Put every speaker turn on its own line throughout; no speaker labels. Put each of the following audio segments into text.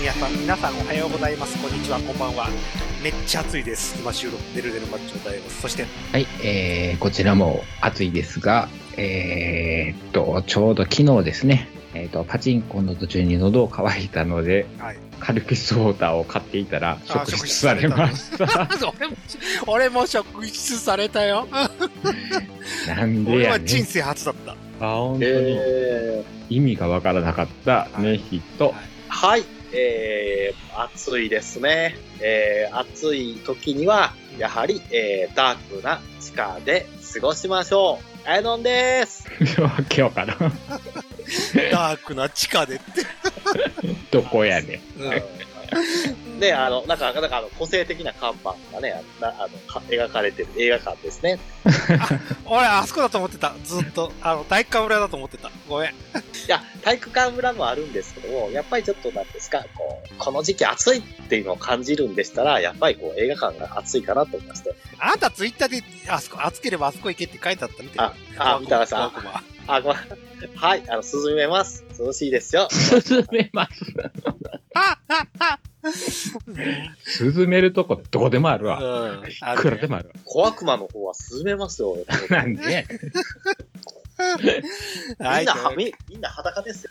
宮さん、皆さんおはようございます。こんにちは、こんばんは。めっちゃ暑いです。今収録、デルデルマッチョございます。そして、
はい、えーこちらも暑いですが、えーっと、ちょうど昨日ですね、えーっと、パチンコの途中に喉を乾いたので、
はい。
カルピスウォーターを買っていたら、
あ
食出されました。
俺も、俺も職質されたよ。
なんで
俺
や
は
ね
人
ん。
生初だった。
あ、本当に
え
意味がわからなかったね、ヒット。
ーはい、えー、暑いですね。えー、暑い時には、やはり、えー、ダークな地下で過ごしましょう。アイノンです。
わけわからん。
ダークな地下でって。
どこやねん。
で、あの、なんか、なんか、あの、個性的な看板がね、あなあの、か描かれてる映画館ですね。
俺、あそこだと思ってた。ずっと。あの、大河村だと思ってた。ごめん。
いや、体育館村もあるんですけども、やっぱりちょっとなんですか、こう、この時期暑いっていうのを感じるんでしたら、やっぱりこう、映画館が暑いかなと思いまして。
あんたツイッターで、あそこ、暑ければあそこ行けって書いてあったみたい
あ
な。、
あ、三田さん
ワー、クマン
あ、ごめん。はい、あの、涼めます。涼しいですよ。
進めます。
あああ
進めるとこどこでもあるわ。
うんあ
いくらでもあるわ。
小悪魔の方は涼めますよ。
なんでやねん
はい
みんな、はみみんな裸ですよ。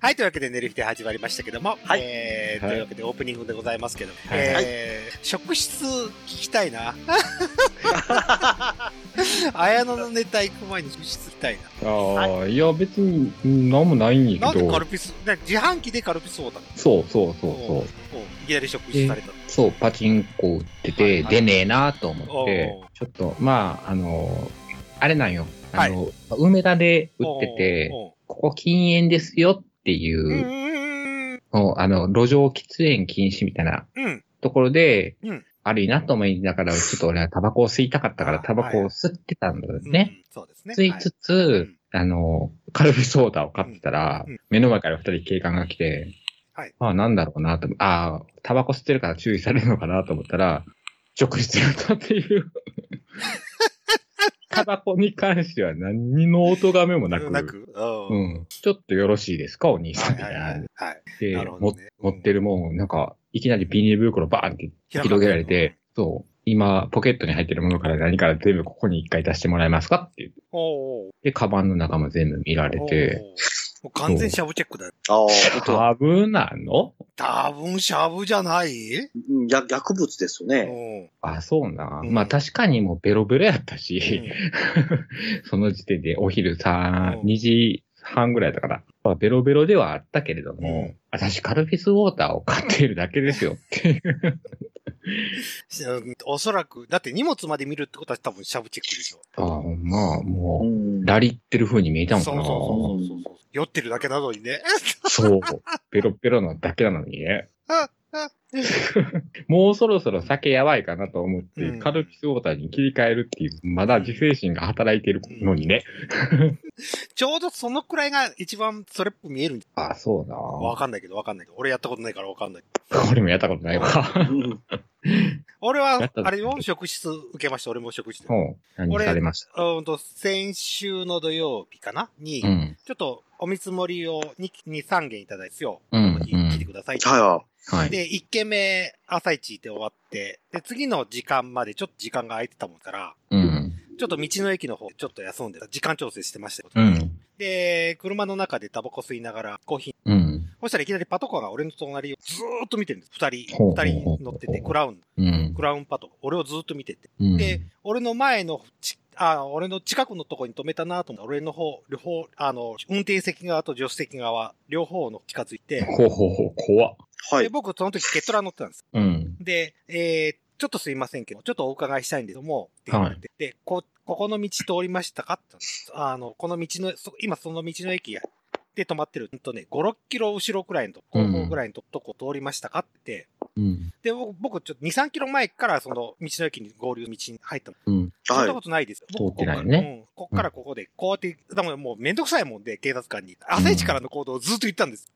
はい、というわけで、寝る日で始まりましたけども、
はい
えー、
はい
というわけでオープニングでございますけども、
はい
えー、職質聞きたいな。綾野のネタ行く前に職質聞きたい
ああ、いや、別に、なんもないん
な。なん
やけ
で
ど
カ。ルピス、な自販機でカルピスをだ
そうそうそう
お
そう
お。いきなり職質された。
そう、パチンコ売ってて、
はいはい
出ねえなと思って
おう、
ちょっと、まあ、あの、あれなんよ。あの、梅田で売ってて、
おう
ここ禁煙ですよってい
おうう
う、
ーん。
もうあの、路上喫煙禁止みたいな
うん。
ところで、
うん
悪いなと思いながら、ちょっと俺はタバコを吸いたかったから、
あ
タバコを吸ってたんだよね。
うん。そうですね。
吸いつつ、
うん
あの、カルビソーダを買ってたら、
うんうん
目の前から二人警官が来て、
はい
ああ、なんだろうなと、ああ、タバコ吸ってるから注意されるのかなと思ったら、直筆だったっ ていう。タバコに関しては何の音がめもな
はい
く、
なく。う。
うんん、ちょっとよろしいですか、お兄
は
さ
い
んみ
は
たい
い
な。
はいはい。
で、
なるほ
も
どね
持ってるもん、なんか、いきなりビニール袋バーンって広げられて、そう、今、ポケットに入ってるものから何から全部ここに一回出してもらえますかっていう。
おうおう。
で、カバンの中も全部見られ
お う
て、
おう。もう完全シャブチェックだよ。
ああ、
タブなの
多分シャブじゃない
逆薬物ですよね。
うん
あ、そうな。
うん
まあ確かにもうベロベロやった
うん
し、 その時点でお昼さ、
うん
2時半ぐらいだから、まあ、ベロベロではあったけれど
う
も
ん、
私カルフィスウォーターを買っているだけで すよっていう。
うんおそらく、だって荷物まで見るってことは多分シャブチェックでしょ。
あまあ
う
もう、
ん
ラリってる風に見えたもんな。
そうそうそうそうそう。酔ってるだけなのにね。
そう。ベロベロのだけなのにね。もうそろそろ酒やばいかなと思って、
うん
カルピスウォーターに切り替えるっていう、まだ自制心が働いてるのにね。
ちょうどそのくらいが一番それっぽく見えるんじ
あ、そうな。
ゃん。わかんないけどわかんないけど。俺やったことないからわかんない。
俺もやったことないわ。
うん
俺
や
は
っ、た
あれよ、職質受けました。俺も職質。
うん。何されました
うんと、先週の土曜日かなに、
うん。
ちょっとお見積もりを 2, 2、3件いただいてですよ。
うん
この日
うん
来てくださいって。
は
はい。
で、1件目、朝一で終わって、で、次の時間までちょっと時間が空いてたもんから、
うん。
ちょっと道の駅の方、ちょっと休んでた、時間調整してましたよ
うん。
で、車の中でタバコ吸いながらコーヒー、
うん。
そしたらいきなりパトカーが俺の隣をずーっと見てるんです。二人、
ほうほう
二
ほう
人乗ってて、クラウン、
うん
ク。ラウンパト、俺をずーっと見てて。
うん
で、俺の前のち、あ、俺の近くのとこに止めたなと思って、俺の方、両方、あの、運転席側と助手席側、両方の近づいて、
ほうほうほう、怖っ。
い。は
で、。僕その時ケトラ乗ってたんです。
うん。
で、えー、ちょっとすいませんけど、ちょっとお伺いしたいんですけども、って言って、
はい
で、こ、ここの道通りましたかってあの、この道の、そ今その道の駅や、で止まってる、うんとね、5、6キロ後ろくらいのとこ、
うん
5ぐらいのととこ通りましたかって、
うん。
で、僕、僕ちょっと2、3キロ前からその道の駅に合流道に入ったの。
うん。
そんなことないです。僕
通ってないよ
こ
ね
こからうん、ここからここで、こうやって、だからもうめんどくさいもんで、警察官に。朝一からの行動をずっと言ったんです。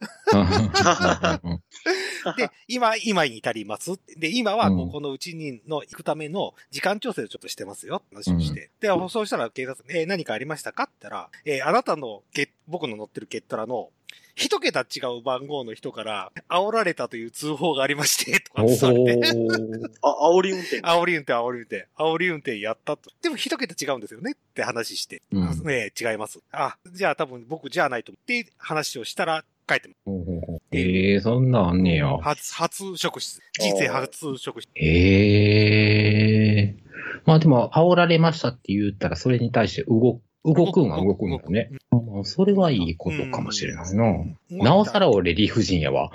で、今、今に至ります。で、今は、
うん
ここのうちにの行くための時間調整をちょっとしてますよ、話をして。で、そうしたら警察、えー何かありましたかって言ったら、えーあなたのゲ、僕の乗ってるゲットラの、一桁違う番号の人から、煽られたという通報がありまして、 とか
お
ってされて、
ー。
あ、煽り運転。
煽り運転、煽り運転、煽り運転やったと。でも一桁違うんですよねって話して、
うん
あね違います。あ、じゃあ多分僕じゃないと思って話をしたら、帰ってま
ほうほうほうええー、そんなんあんねや。
す。初、初職質。人生初職質。
ええー。まあでも、煽られましたって言ったら、それに対して動く、動くんは動くんだよね。あまあそれはいいことかもしれないな。なおさら俺理不尽やわ。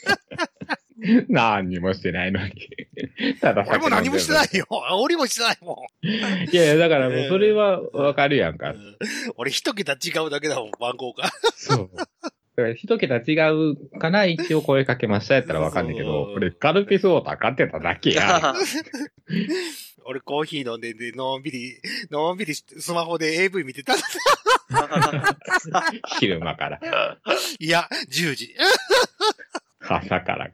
何にもしてないのに。 ただ。
俺も何もしてない いよ。煽りもしてないもん。
いやいや、だからもうそれはわかるやんか。
うん俺一桁違うだけだもん、番号が。
そう。だから一桁違うかな、一応声かけましたやったらわかんないけど
そ、う
これカルピスウォーター買ってただけや。
俺コーヒー飲んでんで、のんびり、 のんびりしてスマホで AV 見てた。
昼間から、
いや、10時。
朝から。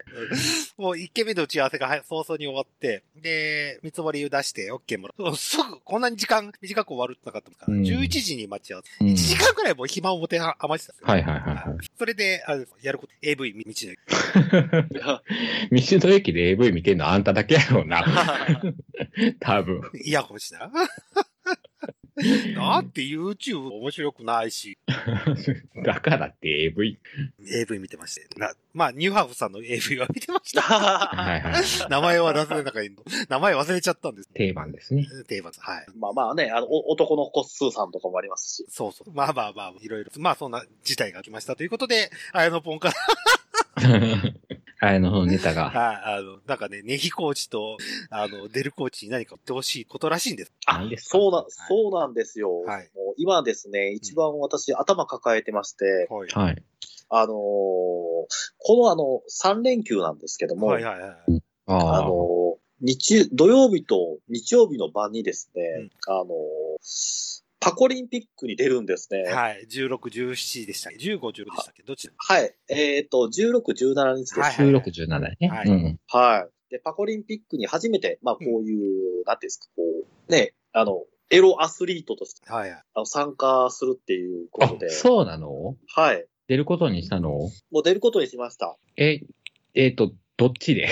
もう一軒目の打ち合わせがはい早々に終わって、で、見積もりを出して、OK もらう。 すぐ、こんなに時間短く終わるってなかったから、
うん
11時に待ち合わせ。
うん
1時間くらいもう暇を持て余してたんですよ
はいはいはいは
それで、あれですやること、AV 道の駅。
い。 道の駅で AV 見てんのあんただけやろうな。多分。
イヤホンしな。 だって YouTube 面白くないし、
だからって AV。
AV 見てまして。な、まあ、ニューハーフさんの AV は見てまし た。
はいはい。
名前は出せなかった名前忘れちゃったんです。
定番で すね。
テーマはい。
まあまあね、あの、お男の個数さんとかもありますし。
そうそう。まあまあまあ、いろいろ。まあそんな事態が来ましたということで、あのポンから、
あのネタが。
はい、あの、なんかね、ネヒコーチと、あの、デルコーチに何か言ってほしいことらしいんです。
何ですか
そうな、そうなんですよ。
はい
もう今ですね、一番私頭抱えてまして、
はい。
はい。
あのーこのあの、3連休なんですけども、
はいはいはい。
あ
あ
あ。
の、日、土曜日と日曜日の晩にですね、
うん
あの、パコリンピックに出るんですね。はい。
はい。16、17でしたっけ ?15、10でしたっけどっちだ
えっ、と、16、17日です。
は
はいい。
収録17ね。
はい
うん。
で、パコリンピックに初めて、まあ、こういう、なんていうんですか、こう、ね、あの、エロアスリートとして
はいはい。
あの参加するっていうこ
あ
とで、、
そうなの
はい。
出ることにしたの
もう出ることにしました。
え、えっ、と、どっちで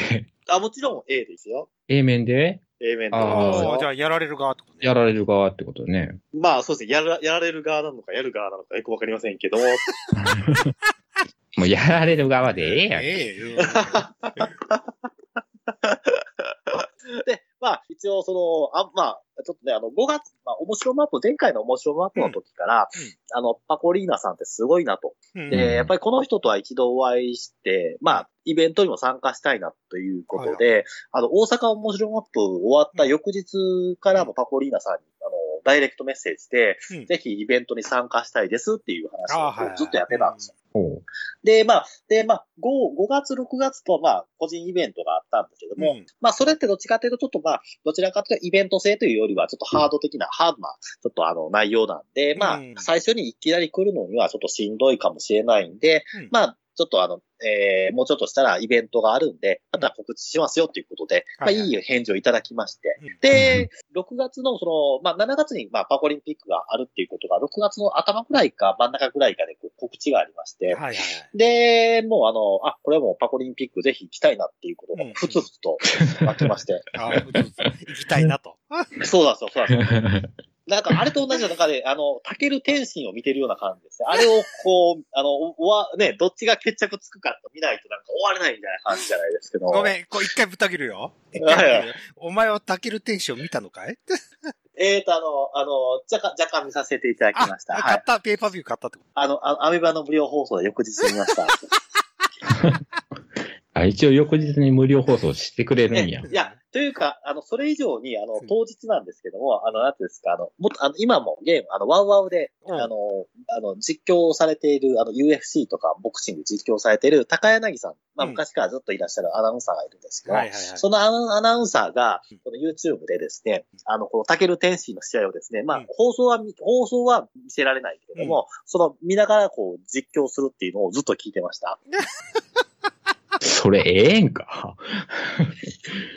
あ、もちろん A ですよ。
?A 面で
A 面で
あ
ああ、じゃあやられる側ってことね。
やられる側ってことね。
まあ、そうですね。やら、やられる側なのか、やる側なのか、よくわかりませんけども、
もうやられる側でええやん。
ええうん
で、まあ、一応、その、あまあ、ちょっとね、あの、5月、まあ、面白マップ、前回の面白マップの時から、
うんうん
あの、パコリーナさんってすごいなと。
うん
で、やっぱりこの人とは一度お会いして、まあ、イベントにも参加したいなということで、あの、大阪面白マップ終わった翌日からもパコリーナさんに、あの、ダイレクトメッセージで、
うん
ぜひイベントに参加したいですっていう
あはい
話
は
を
い
ずっとやってたんですよ。
おう
で、まあ、で、まあ、5、5月、6月と、まあ、個人イベントがあったんだけども、
うん
まあ、それってどっちかというと、ちょっとまあ、どちらかというとイベント性というよりは、ちょっとハード的な、ハードな、ちょっとあの、内容なんで、まあ、
うん
最初にいきなり来るのにはちょっとしんどいかもしれないんで、
うん
まあ、ちょっとあの、えー、もうちょっとしたらイベントがあるんで、また告知しますよということで、まあ、
はい
い
はい
い返事をいただきまして、
うん
で、6月のその、まあ、7月に、まあ、パコリンピックがあるっていうことが、6月の頭ぐらいか真ん中ぐらいかでこう告知がありまして、
はいはいはい。
で、もうあの、あ、これはもうパコリンピックぜひ行きたいなっていうこと
う
が
ん、
ふつふつと湧き まして。
ああ、そうそうそう行きたいなと。
そうなんですよ、そうなんですよ。なんか、あれと同じ中で、あの、タケル天心を見てるような感じですね。あれを、こう、あの、おわ、ね、どっちが決着つくかって見ないとなんか終われないみたいな感じじゃないですけど。
ごめん、こう一回ぶった切るよ。一 回
は
ぶった
い
切
は
るお前はタケル天使を見たのかい
えーと、あの、あの、若干、若干見させていただきました。は
買っ
い。
た、ペーパービュー買ったってこ
あの、あアメバの無料放送で翌日見ました。
あ一応翌日に無料放送してくれるんや
ね。いや、というか、あの、それ以上に、あの、当日なんですけども、あの、なんていうんですか、あの、もっと、あの、今もゲーム、あの、ワウワウで、
うん
あの、あの、実況をされている、あの、UFC とかボクシング実況されている高柳さん、まあ、
うん
昔からずっといらっしゃるアナウンサーがいるんですけ
と。
ど、
いはい
そのアナアナウンサーが
うん、
この YouTube でですね、あの、このタケル天心の試合をですね、ま
うん
あ、放送は見、放送は見せられないけれども、その、見ながらこう、実況するっていうのをずっと聞いてました。
それええんか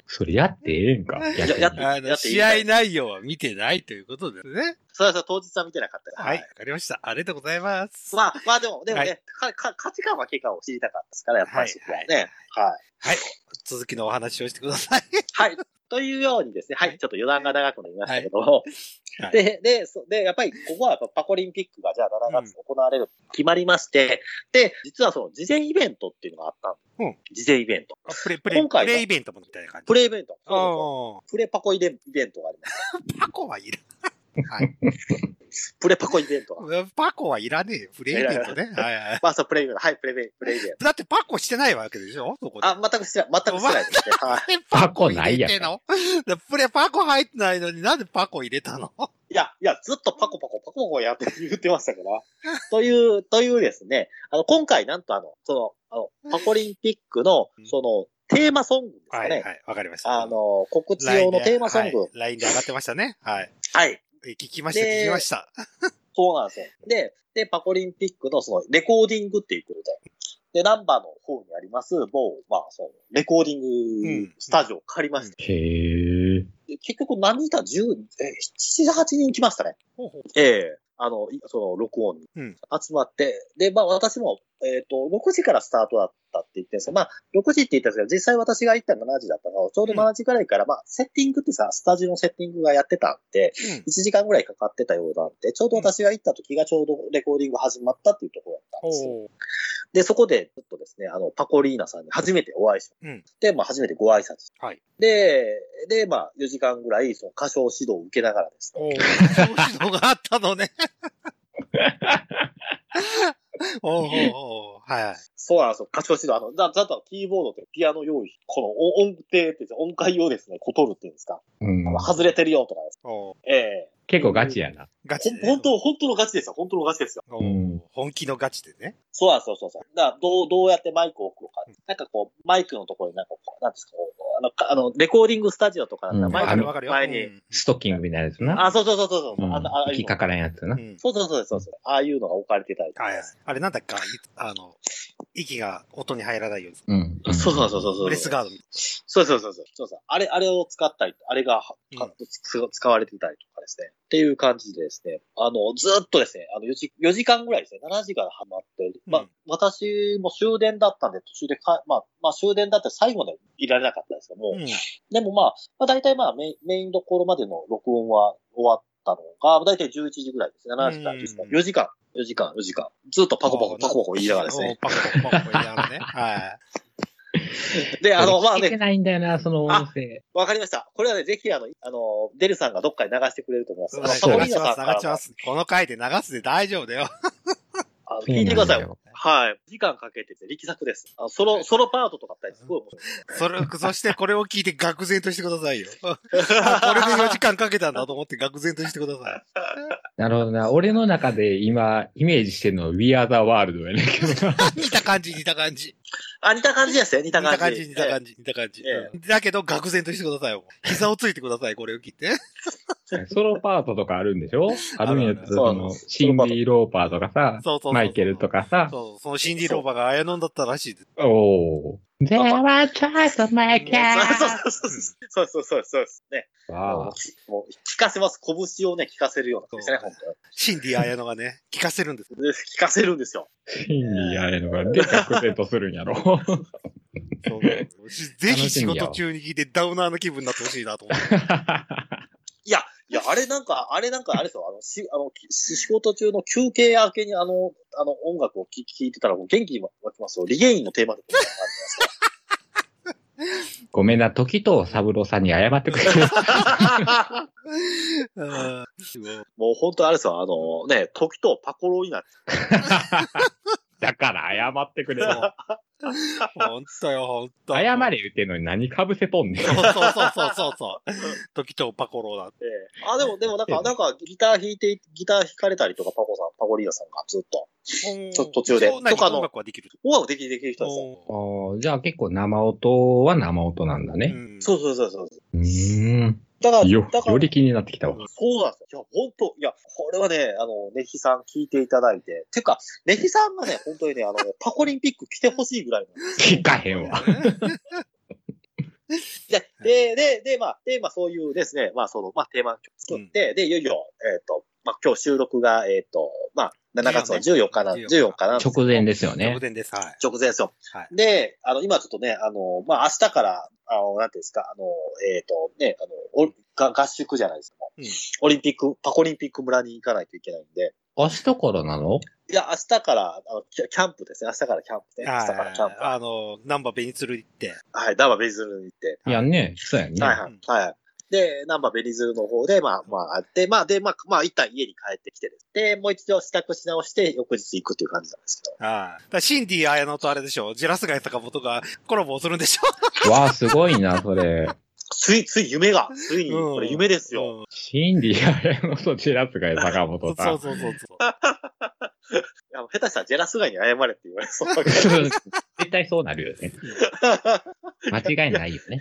それやってええんか
や
逆に
やっ
あの、
やっていい
試合内容は見てないということですね。
そうです当日は見てなかったから。
はい、わかりました。ありがとうございます。
まあ、まあでも、でも
は
ね、かか価値観は結果を知りたかったですから、やっぱりそこは
は
ね。はい。
続きのお話をしてください。
はい。というようにですね、は
はい
い、ちょっと余談が長くなりましたけど、
はい
で、で、そで、やっぱりここはやっぱパコリンピックがじゃあ7月に行われる、決まりまして、で、実はその事前イベントっていうのがあったの
うん
事前イベント。
あプレ、プレ、
今回
プ
は
レイベントもみたいな感じ。
プレイイベント。
ああ、
プレパコイベントがあります。
パコはいらはい。
プレパコイベントが。
パコはいらねえよ。プレイベントね。はいはい。
まあ、そう、プレイイベント。はい、プレイイベント。プレイイベント。
だってパコしてないわけでしょそこで。
あ、全く知ら、全く知らないですね。はい。
え
パコないやん
入れてんの だプレパコ入ってないのになんでパコ入れたの
いや、いや、ずっとパコパコパコパコやって言ってましたから。という、というですね、あの、今回なんとあの、その、あの、パコリンピックの
うん、
その、テーマソングですか
は
ね。
いはい。わかりました。
あ、の、告知
ライ
用
ン
の
で
テーマソング。
は
はい
い。LINE で上がってましたね。はい。え聞きました、
で
聞きました。
そうなんですよ。で、で、パコリンピックのその、レコーディングっていうことで、で、ナンバーの方にあります、某、まあ、その、レコーディングスタジオを借りまして、
へえ。
で結局何人いた ?10、え、7、8人来ましたね。
ほうほう
ええあの、いその、録音に
うん
集まって、で、まあ私も、えっ、と、6時からスタートだったって言ってるんですけど、まあ、6時って言ったんですけど、実際私が行ったのは7時だったのちょうど7時ぐらいから、まあ、セッティングってさ、スタジオのセッティングがやってたんで、1時間ぐらいかかってたようなんで、ちょうど私が行った時がちょうどレコーディング始まったっていうところだったんですよ。
ほ
で、そこで、ちょっとですね、あの、パコリーナさんに初めてお会いし
う。うん。
て、まあ、初めてご挨拶して
はい。
で、で、まあ、4時間ぐらい、その、歌唱指導を受けながらですね、
おお。そういうのがあったの ね。おうおうおうはい。
そうなんですよ。歌唱指導。あの、だ、だとキーボードってピアノ用意。この音音程っていうんですよ音階をですね、こう取るっていうんですか。
うん
あの、外れてるよとかです。
おう
ええ
結構ガチやな。
ガ
ほ
チ
ん
でね
本当、本当のガチですよ。本当のガチですよ。
おう
うん
本気のガチでね。
そうなんですよ、そうそう。だから、どう、どうやってマイクを置くのか。なんかこう、マイクのところになんかこう、なんですか、こうあのか、あの、レコーディングスタジオとかだったら
うん
マ
わ
イ
か
ク
る
の
わかるよ。
前
う
に、
ん
ストッキングみたいなやつな。
あ、そうそうそうそうそう。
うん
あのあああ
引
いう
きか
の。
からんやつな
う。ん
そうそうそうですそうです。ああいうのが置かれてたりとか
はいはい。あれなんだっけいあの、息が音に入らないように。
うん。
そうそうそうそうそう。
ブレスガードみたい
そうそうそうそう。そうそうあれ、あれを使ったり、あれが、か
うん
つ使われてたりとかですね。っていう感じでですね。あの、ずっとですね、あの、4時、4時間ぐらいですね、7時からハマって、まあ、
うん
私も終電だったんで、途中でか、まあ、まあ、終電だって最後までいられなかったんですけども、
な。うん。
でもまあ、まあ、大体まあメイン、メインどころまでの録音は終わったのが、大体11時ぐらいですね。7時から10時間
う。ん
4時間、4時間、4時間。ずっとパコパコ、パコパコ言いながらですね。
おう。パコパコパコ言いながら ね。はい。
で、あの、まあ
聞けて
ね、
ないんだよな、その音声。
わかりました。これはね、ぜひあの、あの、デルさんがどっかに流してくれると思います。あの
流しま
パコリー
す、
ナさんから
流します。この回で流すで大丈夫だよ。
あの
そう
聞
なん
い
だ
てください。。はい。時間かけてて、力作です。あのソロ、ソロパートとかあったり、すごい面白い。
それ、そしてこれを聞いて愕然としてくだ さいよ。あこれで4時間かけたんだと思って愕然としてください。
なるほどな。俺の中で今、イメージしてるのは We Are the World やねんけ どな。
似た感じ、似た感じ。
あ、似た感じですね。似
似
た感
た感
じ。
じ、似た
ええ
感じ、似た感じ
え。
だけど、愕然としてくださいよ。膝をついてください、これを聞いて。
ソロパートとかあるんでしょあるんやつ、
そう
その、シンディ・ローパーとかさ、
そうそうそう。
マイケルと。かさ、
そう、そのシンディ・ローバーが綾野だったらしいです。
おー。There are times of my
そう
cat!
そうそうそうそうそうそうですね。
ああ
もう、聞かせます。拳をね、聞かせるような感じですね、
そう
本当
シンディ・綾野がね、 聞かせるんです。
にで聞かせるんですよ。
シンディあれのが、で、覚醒とするんやろ。
そうぜひ仕事中に聞いてダウナーの気分になってほしいなと思って。
いや、いや、あれなんか、あれなんか、あれですよ。あの、し、あの、き仕事中の休憩明けにあの、あの、音楽を聴いてたらもう元気に湧きますよ。リゲインのテーマ曲みたいな感じなんですよ
ごめんな、時と三郎さんに謝ってくれ。
うん
もう本当あれですよ、あのね、時とパコロになって、
だから謝ってくれ。
ほんとよ、ほんと。
謝れ言うてんのに何かぶせとんね ん。
そうそうそうそうそうそう。時とパコローだ。
あ、でも、でもなん
え
か、
え
なんかギター弾いて、ギター弾かれたりとか、パコさん、パコリーナさんがずっと、ちょ途中で
そう何
とかの
音楽はできる。
音楽できる、できる人ですよ。
おー
ああじゃあ結構生音は生音なんだね。
うん
そうそうそうそう。
うーん。
だから、
よ、
だか
よ
ら
り、気になってきたわ。
そうなんですよ。いや、本当いや、これはね、あの、ネヒさん聞いていただいて、てか、ネヒさんがね、本当にね、あの、パコリンピック来てほしいぐらいの。
聞かへんわ。
で、で、で、で、まあ、で、まあ、そういうですね、まあ、その、まあ、テーマ曲作って、で、いよいよ、えっ、と、まあ、今日収録が、えっ、と、まあ、7月の14日な、
14
14日なんですけど
直前ですよね
直。前です。はい。
直前ですよ。
はい
で、あの、今ちょっとね、あの、まあ、明日から、あの、なんていうんですか、あの、えっ、と、ね、あの、おが合宿じゃないですか。
うん
オリンピック、パコリンピック村に行かないといけないんで。
明日からなの
いや、明日から、あの、キャキャンプですね。明日からキャンプね。明日からキャンプ。
あの、ナンバーベニツル行って。
はい、ダンバベニズルに行って。
いやね、そうやね。
はいはい。はい。で、ナンバーベニズルの方で、まあまあ、で、まあ、で、まあ、まあ、一旦家に帰ってきてです。で、もう一度支度し直して、翌日行くっていう感じなんですけど。
ああ。だからシンディ・アヤノとあれでしょジラスガイ坂本がコラボをするんでし
わあ、すごいな、それ。
つい、つい夢が、ついに、
うん
これ夢ですよ。
ょうん
シンディアレのとチラスが坂本さ。
そうんそう そうそう。
いや下手したらジェラスガイに謝れって言われそう。
絶対そうなるよね。間違いないよね。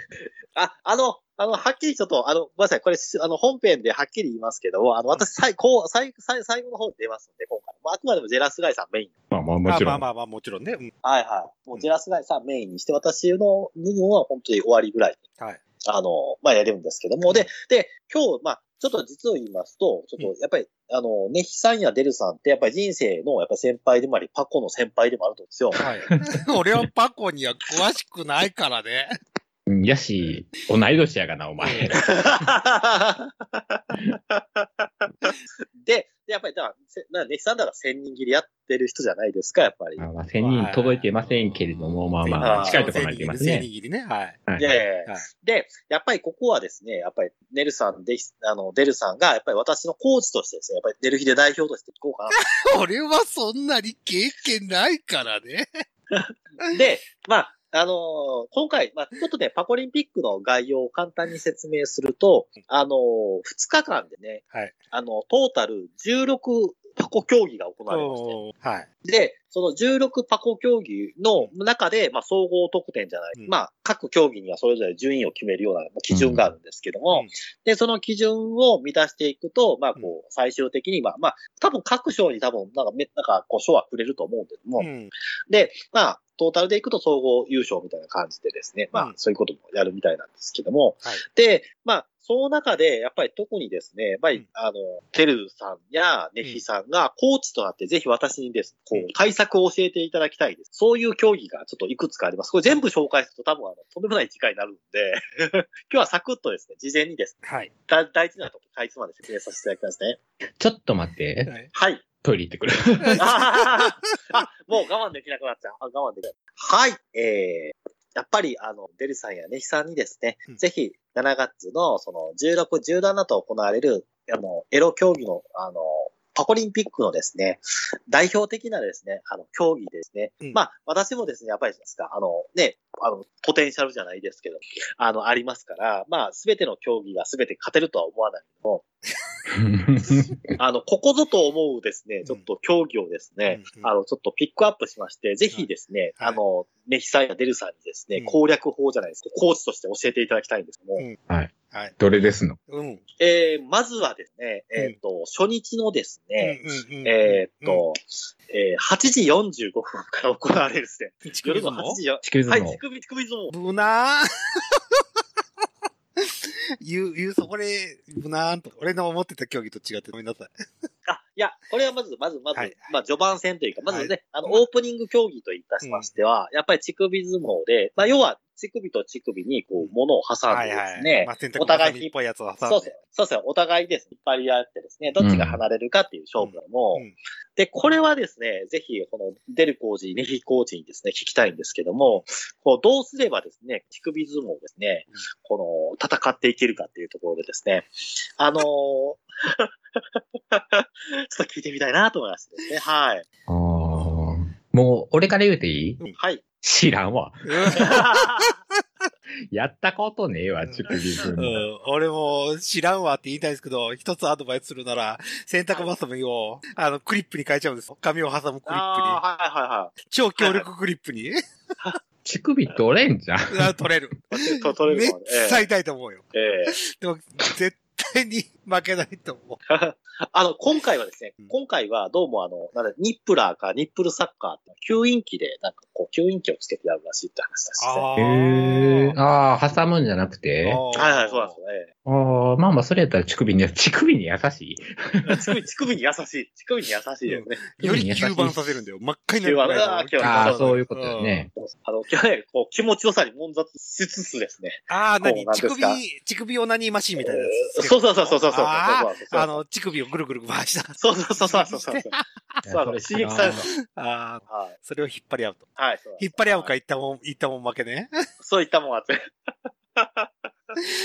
あ、あの、あの、はっきりちょっと、あの、ごめんなさい。これ、あの、本編ではっきり言いますけども、あの、私、最、こう、最、最、最後の方に出ますんで、今回。まあ、あくまでもジェラスガイさんメイン。
まあまあも
あ
ち
ま
ろ
あ
ん。
まあまあ、もちろんね。うん
はいはい。もうジェラスガイさんメインにして、私の部分は本当に終わりぐらい。
はい。
あの、まあ、やれるんですけども。で、で、今日、まあ、ちょっと実を言いますと、ちょっと、やっぱり、あの、ネヒさんやデルさんって、やっぱり人生の、やっぱり先輩でもあり、パコの先輩でもあると思うんです
は
よ。
い。 俺はパコには詳しくないからね。
うんやし、同い年やがな、お前。
で、でやっぱりだから、せだからネヒさんだから千人切りやってる人じゃないですか、やっぱり。
まあまあ、1000人届いてませんけれども、まあまあ、近いところまで来ます
ゼ
ね。
ニギリね。はい。
はい
いやいやいや
はい
で、やっぱりここはですね、やっぱりネルさんで、あの、デルさんが、やっぱり私のコーチとしてですね、やっぱりネルヒで代表としていこうか
俺はそんなに経験ないからね。
な。で、まあ、あのー今回、まあ、ちょっとね、パコリンピックの概要を簡単に説明すると、あのー、2日間でね、
はい
あの、トータル16パコ競技が行われまして、
はい。
で、その16パコ競技の中で、まあ、総合得点じゃない、
うん
まあ、各競技にはそれぞれ順位を決めるようなまあ基準があるんですけども、
うん
で、その基準を満たしていくと、まあ、こう、最終的に、まあ、まあ、多分各賞に多分、なんか、めなんか、こう、賞はくれると思うんですけども、
うん。
で、まあ、トータルでいくと総合優勝みたいな感じでですね、ま
う
あ
ん、
そういうこともやるみたいなんですけども、
はい
で、まあ、その中で、やっぱり特にですね、やっぱり、
うん
あの、テルさんやネヒさんがコーチとなって、ぜひ私にです、こ
うん
う、対策を教えていただきたいです。そういう競技がちょっといくつかあります。これ全部紹介すると多分、あの、とんでもない時間になるんで、 今日はサクッとですね、事前にですね、
はい。
だ大事なとこ、かいつまで説明させていただきますね。
ちょっと待って、
はい。
トイレ行ってくる。
あーあ、もう我慢できなくなっちゃう。あ我慢できない。はい、えー、やっぱり、あの、デルさんやネヒさんにですね、
うん
ぜひ、7月の、その、16、17と行われる、あの、エロ競技の、あの、パコリンピックのですね、代表的なですね、あの、競技ですね。
うん
まあ、私もですね、やっぱりですか、あの、ね、あの、ポテンシャルじゃないですけど、あの、ありますから、まあ、すべての競技がすべて勝てるとは思わないけども、あの、ここぞと思うですね、ちょっと競技をですね、
うん
あの、ちょっとピックアップしまして、ぜひですね、
はい
あの、ネヒサイやデルさんにですね、
うん
攻略法じゃないですか、コーチとして教えていただきたいんですけども、
うんはい。
どれですの
うん。うん。
えー、まずはですね、
うん
えっ、と、初日のですね、
うんうん。
えっ、と、えー、8時45分から行われるですね、
うん、乳首
夜の
相
8
撲
時よ、
地球
は
相
い、
撲
乳。首、乳首相撲。
無難 言う、言う、そこで、無難と。俺の思ってた競技と違ってごめんなさい。
あ、いや、これはまず、まず、まず、
はい
まあ、序盤戦というか、まずね、
は
あの、オープニング競技といたしましては、やっぱり乳首相撲で、まあ、要は、乳首と乳首に、こう、物を挟んでですね、
まあ、選
お互い
択肢っぽいやつを挟ん
そうそ
で
う。。そうそう。お互いです。引っ張り合ってですね、どっちが離れるかっていう勝負なのも、
うんうん
で、これはですね、ぜひ、この、デルコーチ、ネヒコーチにですね、聞きたいんですけども、こう、どうすればですね、乳首相撲をですね
うん、
この、戦っていけるかっていうところでですね、あのー ちょっと聞いてみたいなと思いますですね。はい。
あーもう、俺から言うていい
はい。
知らんわ。
うん
やったことねえわ、乳首相
う
撲。
ん、俺も知らんわって言いたいですけど、一つアドバイスするなら、洗濯バサミを、あの、クリップに変えちゃうんですよ。髪を挟むクリップに。
ああー、はいはいは
超強力クリップ に。
乳首取れんじゃん。
取れる。
いはい。と取れ
め
る
っ
のはね
ちゃ痛いと思うよ。
ええええ
でも、絶れに負けないと思う。
あの、今回はですね
うん、
今回はどうもあの、なんだ、ニップラーかニップルサッカーって、吸引器で、なんかこう、吸引器をつけてやるらしいって話だしね。
あ
へえ。ああ、挟むんじゃなくて。
はいはい、そうなんで
ああ、まあまあ、それやったら乳首に、乳首に優しい。
す よね。乳首に優しい。乳首に優しいですね。
より吸盤させるんだよ。真っ赤になるぐらいの
吸盤
ああ、そういうことだよ。ね。
あの、こう、気持ちよさに悶絶しつつですね。
うんああ、何
こうなん
乳
ですか
首、乳首オナニーマシンみたいなやつ。
そうそうそうそうそうそうそうそう
あーあの、乳首をぐるぐる回した。
そうそうそうそうそうそう。そうあの、
そ
刺
れ違う
激される。
ああ、
はい。
それを引っ張り合うと。
はい。そう
引っ張り合うか、一ったもん、いったもん負けね。
そういったもんあって。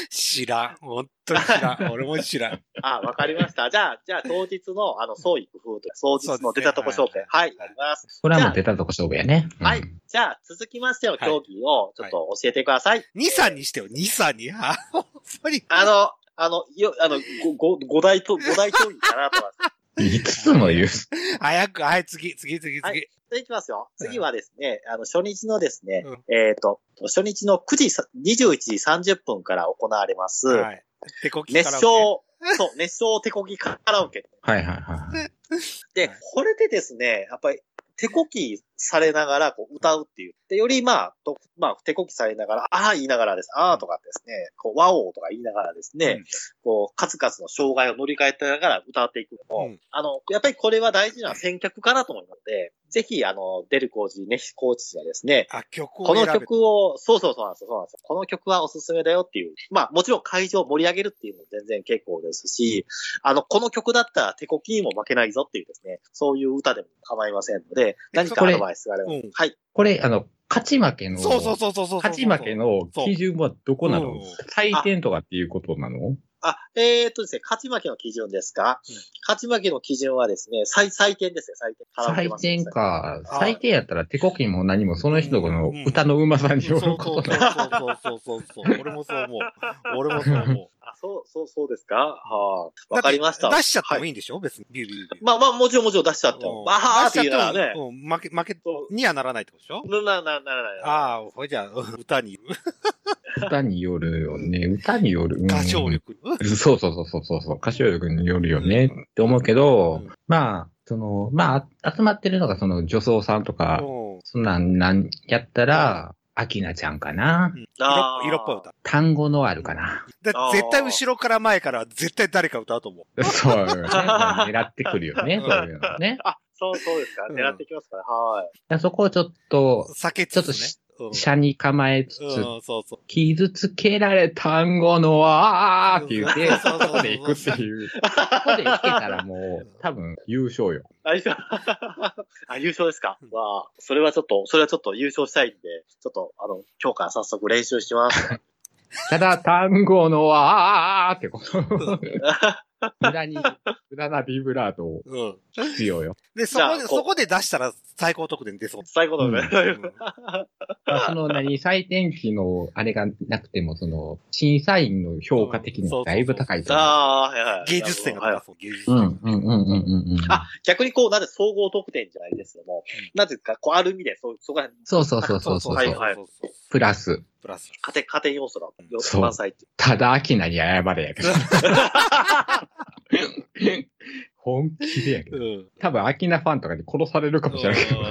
知らん。本当に知 らん。俺も知らん。
あ、わかりました。じゃあ、じゃあ、当日の、あの、創意工夫というか、当日の出たとこ勝
そ
負
うですね
で。はい、やります。
これはもう出たとこ勝負やね。うん
はい。じゃあ、続きましての競技を、ちょっと教えてください。
2、3にしてよ。2、3に。あー、ほんまに。
あの、あの、よ、あの、ご、ご、五大と、 五大競技かなと思います。
5つも言う。
早く、はい、次、次、次、
は
次。
次いきますよ。次はですね、あの、初日のですね、
うん
えっ、と、初日の9時さ、21時30分から行われます、
はい。手こきカラオケ
熱。唱、そう、熱唱手こぎカラオケ
はいはいはい。
で、
はい
これでですね、やっぱり手こきされながらこう歌うっていう。で、よりまあ、とまあ、手こきされながら、ああ言いながらです。ああとかですね、こう、ワオーとか言いながらですね、
うん
こう、数々の障害を乗り換えてながら歌っていくのも、
うん
あの、やっぱりこれは大事な選曲かなと思うので、ぜひ、あの、デルコーチ、ネヒコーチがですね、
あ、曲を
こ
選べ
の
と。
曲を、そうそうそうなんですよ、そうなんですよ。この曲はおすすめだよっていう。まあ、もちろん会場を盛り上げるっていうのも全然結構ですし、あの、この曲だったら手こきにも負けないぞっていうですね、そういう歌でも構いませんので、何かアドバイスがあれば。
うん
はい。
これ、あの、勝ち負けの、
そうそうそうそうそうそう。
勝ち負けの基準はどこなの
うん
採点とかっていうことなの
あ、えーっとですね、勝ち負けの基準ですか、
うん
勝ち負けの基準はですね、採採点ですね、採点。カラオケ
採
マスターズ
点。か。
あ
採点やったら手こきも何もその人の歌のうまさ
うん
に
そ
よ
うそ
る
うそ
こ
う
とだ。
そうそうそう。俺もそう思う。俺もそう思
あ、そう、そう、そうですかは
う。
あ。 わかりまし
だ
た
って。出しちゃっても
はい
いんでしょ、別に。ビュービュービュー。
まあまあ、もちろんもちろん出しちゃっても。あはーって言いながらね。
うん、負け、負け
そ
にはならないってことでしょ
う。な、な、な、な、な。
ああ、ほいじゃあ、うん歌に、
歌によるよね。歌による。うん
歌唱力。うん
そうそうそうそうそう。歌唱力によるよねって思うけど、
うん
まあ、その、まあ、集まってるのがその女装さんとか、
うん
そんなん、なん、やったら、アキナちゃんかな
あー
色っぽい歌。
単語のあるかな
だ
あー
絶対後ろから前から絶対誰か歌うと思う。
そうよね。狙ってくるよね、そういうのね。
あ、そう、そうですか。
うん
狙ってきますから、はい。
そこをちょっと、
酒つつね。うん
車に構えつつ、
うん、そうそう。
傷つけられ単語のあーって言って、
そうそうそう
そこで行くっていう。そこで行けたらもう、多分優勝よ。
あ、優勝。あ、優勝ですか。わあ、それはちょっと、それはちょっと優勝したいんで、ちょっと、あの、今日から早速練習します。
ただ単語のあーってこと。 無駄に、無駄なビブラートを
うん。
必要よ。
で、そ
じゃ
こ
あ
で、
こう
そこで出したら最高得点出 そう。
最後のね。
うん
まあその何、採点機のあれがなくても、その、審査員の評価的にはだいぶ高いと思う。
ああ、はいはい。
芸術点が
は
高
いはい。
そう。芸術
う
点。
ん、うん、うん、うん、うんうん。
あ、逆にこう、なぜ総合得点じゃないですけども、なぜか、こう、ある意味で、そう、そこら辺、
そうそうそうそうそう。
はいはい
そうそう
プラス、
プラス。
加点、加点要素だ
うん。
よ
そう
満載ってい
ただアキナに謝れやけど。 本気でやけ
う
ど。
ん。
多分アキナファンとかに殺されるかもしれないけど。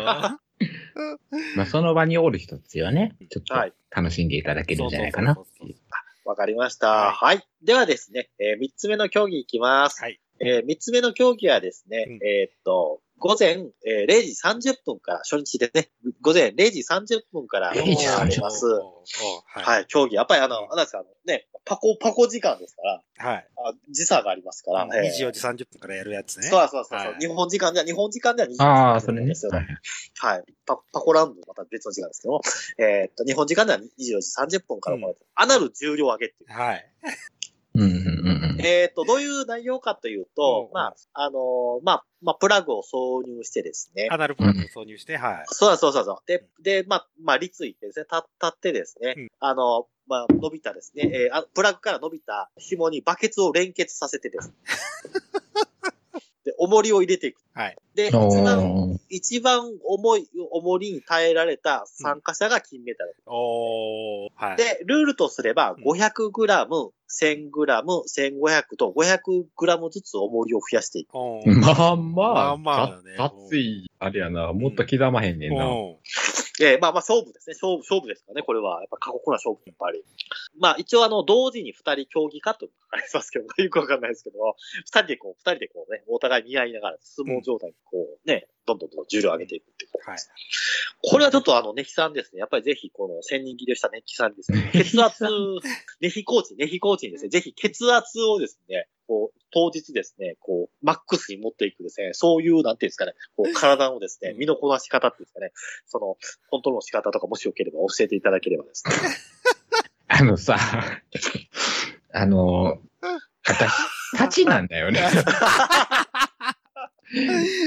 まあその場におる人ですよね。ちょっと
はい
楽しんでいただけるんじゃないかな
そう。そうそうそう
う。わかりまし
は
た。
い
はい。ではですね、えー、三つ目の競技いきます。
はい。
えー三つ目の競技はですね、
うん
えーっと、午前、えー0時30分から、初日でね、午前0時30分から
0時
行われ
30
ます。
おーおー。
はいい、競技。やっぱりあの、あなんですか、あのね、パコパコ時間ですから、
はい。
あ時差がありますから。えー
24時30分からやるやつね。
そうそうそうそう、
はい
日本時間では、日本時間では24
ああ、それね。
ですよ
はい
はい。パパコラウンド、また別の時間ですけども、えーっと、日本時間では24時30分から行われて、アナル重量上げっていう。
はい。
うん、うん、うん
えーっと、どういう内容かというと、
うん
まあ、あのーまあ、まあ、プラグを挿入してですね、
アナルプラグを挿入して、はい。
そうだそうだそうだ。で、で、まあ、まあ、立位ってですね、立立ってですね、
うん
あの、まあ、伸びたですね、え ーあ、プラグから伸びた紐にバケツを連結させてですね。で、重りを入れていく。
はい
で、
お
一番、
ー
一番重い、重りに耐えられた参加者が金メダル。
おー。はい。
で、ルールとすれば
うん、
500グラム、1000グラム、1500と500グラムずつ重りを増やしていく。
おー
まあ
ま
ま
あ
あ、
まあだね
が熱い、あれやな、もっと刻まへんねんな。
うん
えーまあまあ勝負ですね。勝負、勝負ですかね。これは、やっぱ過酷な勝負、やっぱり。まあ一応あの、同時に二人競技化とありますけど、 よくわかんないですけども、二人でこう、二人でこうね、お互い見合いながら、相撲状態にこうね、どんどんどんどん重量上げていくっていう。
はい。
これはちょっとあの、ネヒさんですね。やっぱりぜひ、この、千人切りを したネヒさんですね。血圧、ネヒコーチ、ネヒコーチにですね、ぜひ血圧をですね、こう、当日ですね、こう、マックスに持っていくですね、そういう、なんていうんですかね、こう、体のですね、身のこなし方っていうんですかね、その、コントロールの仕方とかもしよければ教えていただければですね。
あのさ、あの、私、たちなんだ よね。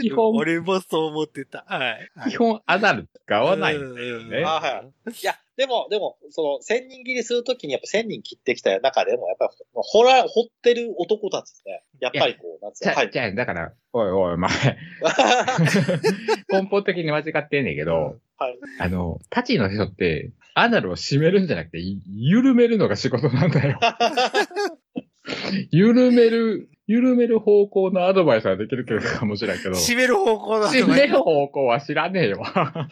基本、
俺もそう思ってた。はい。はい
基本アダルト使わない。
うんうん
ね
あはいいや、でも、でも、その、千人切りするときにやっぱ千人切ってきた中でも、やっぱり、掘ら、掘ってる男たちですね。やっぱりこう、なんつう
じゃ、
の、はい。
じゃ、だから、おいおい、お前、根本的に間違ってんねんけど、
はい。
あの、たちの人って、アナルを締めるんじゃなくて、緩めるのが仕事なんだよ。緩める、緩める方向のアドバイスはできるけどかもしれんけど、
締める方向だ
締める方向は知ら ねえわ。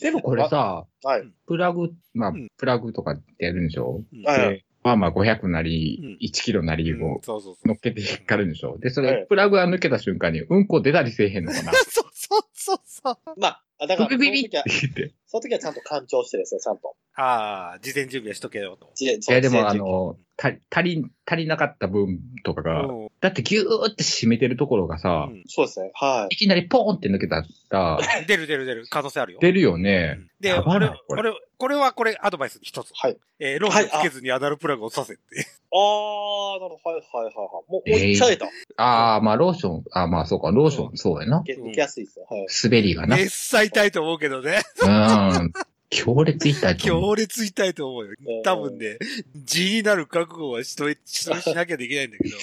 でもこれさ、
はい。
プラグ、まあ
うん、
プラグとかってやるんでしょ
うん
はい
で、まあまあ500な
うん
り、1キロなり
うん
を
そうそうそう
乗っけて引っかかるんでしょで、そ
は
れ
い、
プラグが抜けた瞬間に、うんこ出たりせえへんの かな
そうそうそうそう。
まあ、だから、そ
ビビ
の
ビっ
時
て
は、
言って。
その時はちゃんと干潮してですね、ちゃんと。
ああ、事前準備はしとけよと。
い
いや、でも、あ、の、た足り、足りなかった分とかが、
うん
だってギューって締めてるところがさ、
うん
そうですね、はい。
いきなりポーンって抜けたら、
出る出る出る可能性あるよ。
出るよね
う。んで、
やばい
俺
な、
こ
こ
れ、これはこれアドバイス一つ。
はい。
えー、ロースをつけずにアダルプラグをさせって。
あー、なるほど、はいはいはいはい。もう、
えー
もういっちゃえた。
ああ、まあ、ローション、ああ、まあ、そうか、ローション、そうやな
受。け
うん
受けやすいですね、はい。
滑りがな。
熱さ痛いと思うけどね。
うん。強烈痛いと思
強
う。
烈痛いと思うよ
う。ん
多分ね、地になる覚悟はしとい、しといしなきゃできないんだけど。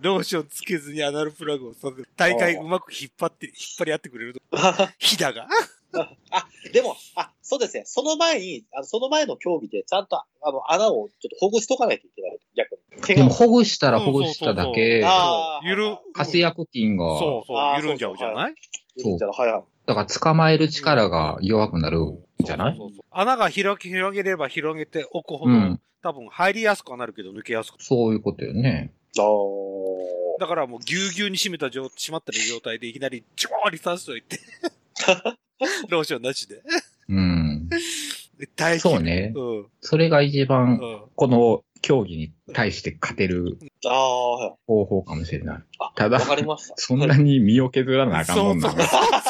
ローションつけずにアナルプラグをさせる。大会うまく引っ張って、引っ張り合ってくれると。ひだが。
でも、あ、そうですね、その前に、あのその前の競技で、ちゃんと、あの、穴をちょっとほぐしとかないといけない。逆に。怪
で
我
も、
を。
ほぐしたらほぐしただけ、
あー
ゆる、
活躍筋が、
そうそ
あ
う、
ー
緩んじゃうじゃない
そう
じゃあはいはい。
だから捕まえる力が弱くなるんじゃない
そうそうそう穴が広げ、広げれば広げておくほど、
うん
多分入りやすくはなるけど抜けやすく。
そういうことよね。
あ
だからもうぎゅうぎゅうに締めた状、締まってる状態でいきなり、ちょーリサーしといて。ローションなしで。
うん。
大変。
そうね
うん。うん。
それが一番、
うん
この競技に対して勝てる
ー、あー、はい。
方法かもしれない。
あ、
ただ
わかりました。
そんなに身を削らなあかんもんな。
そうそうそう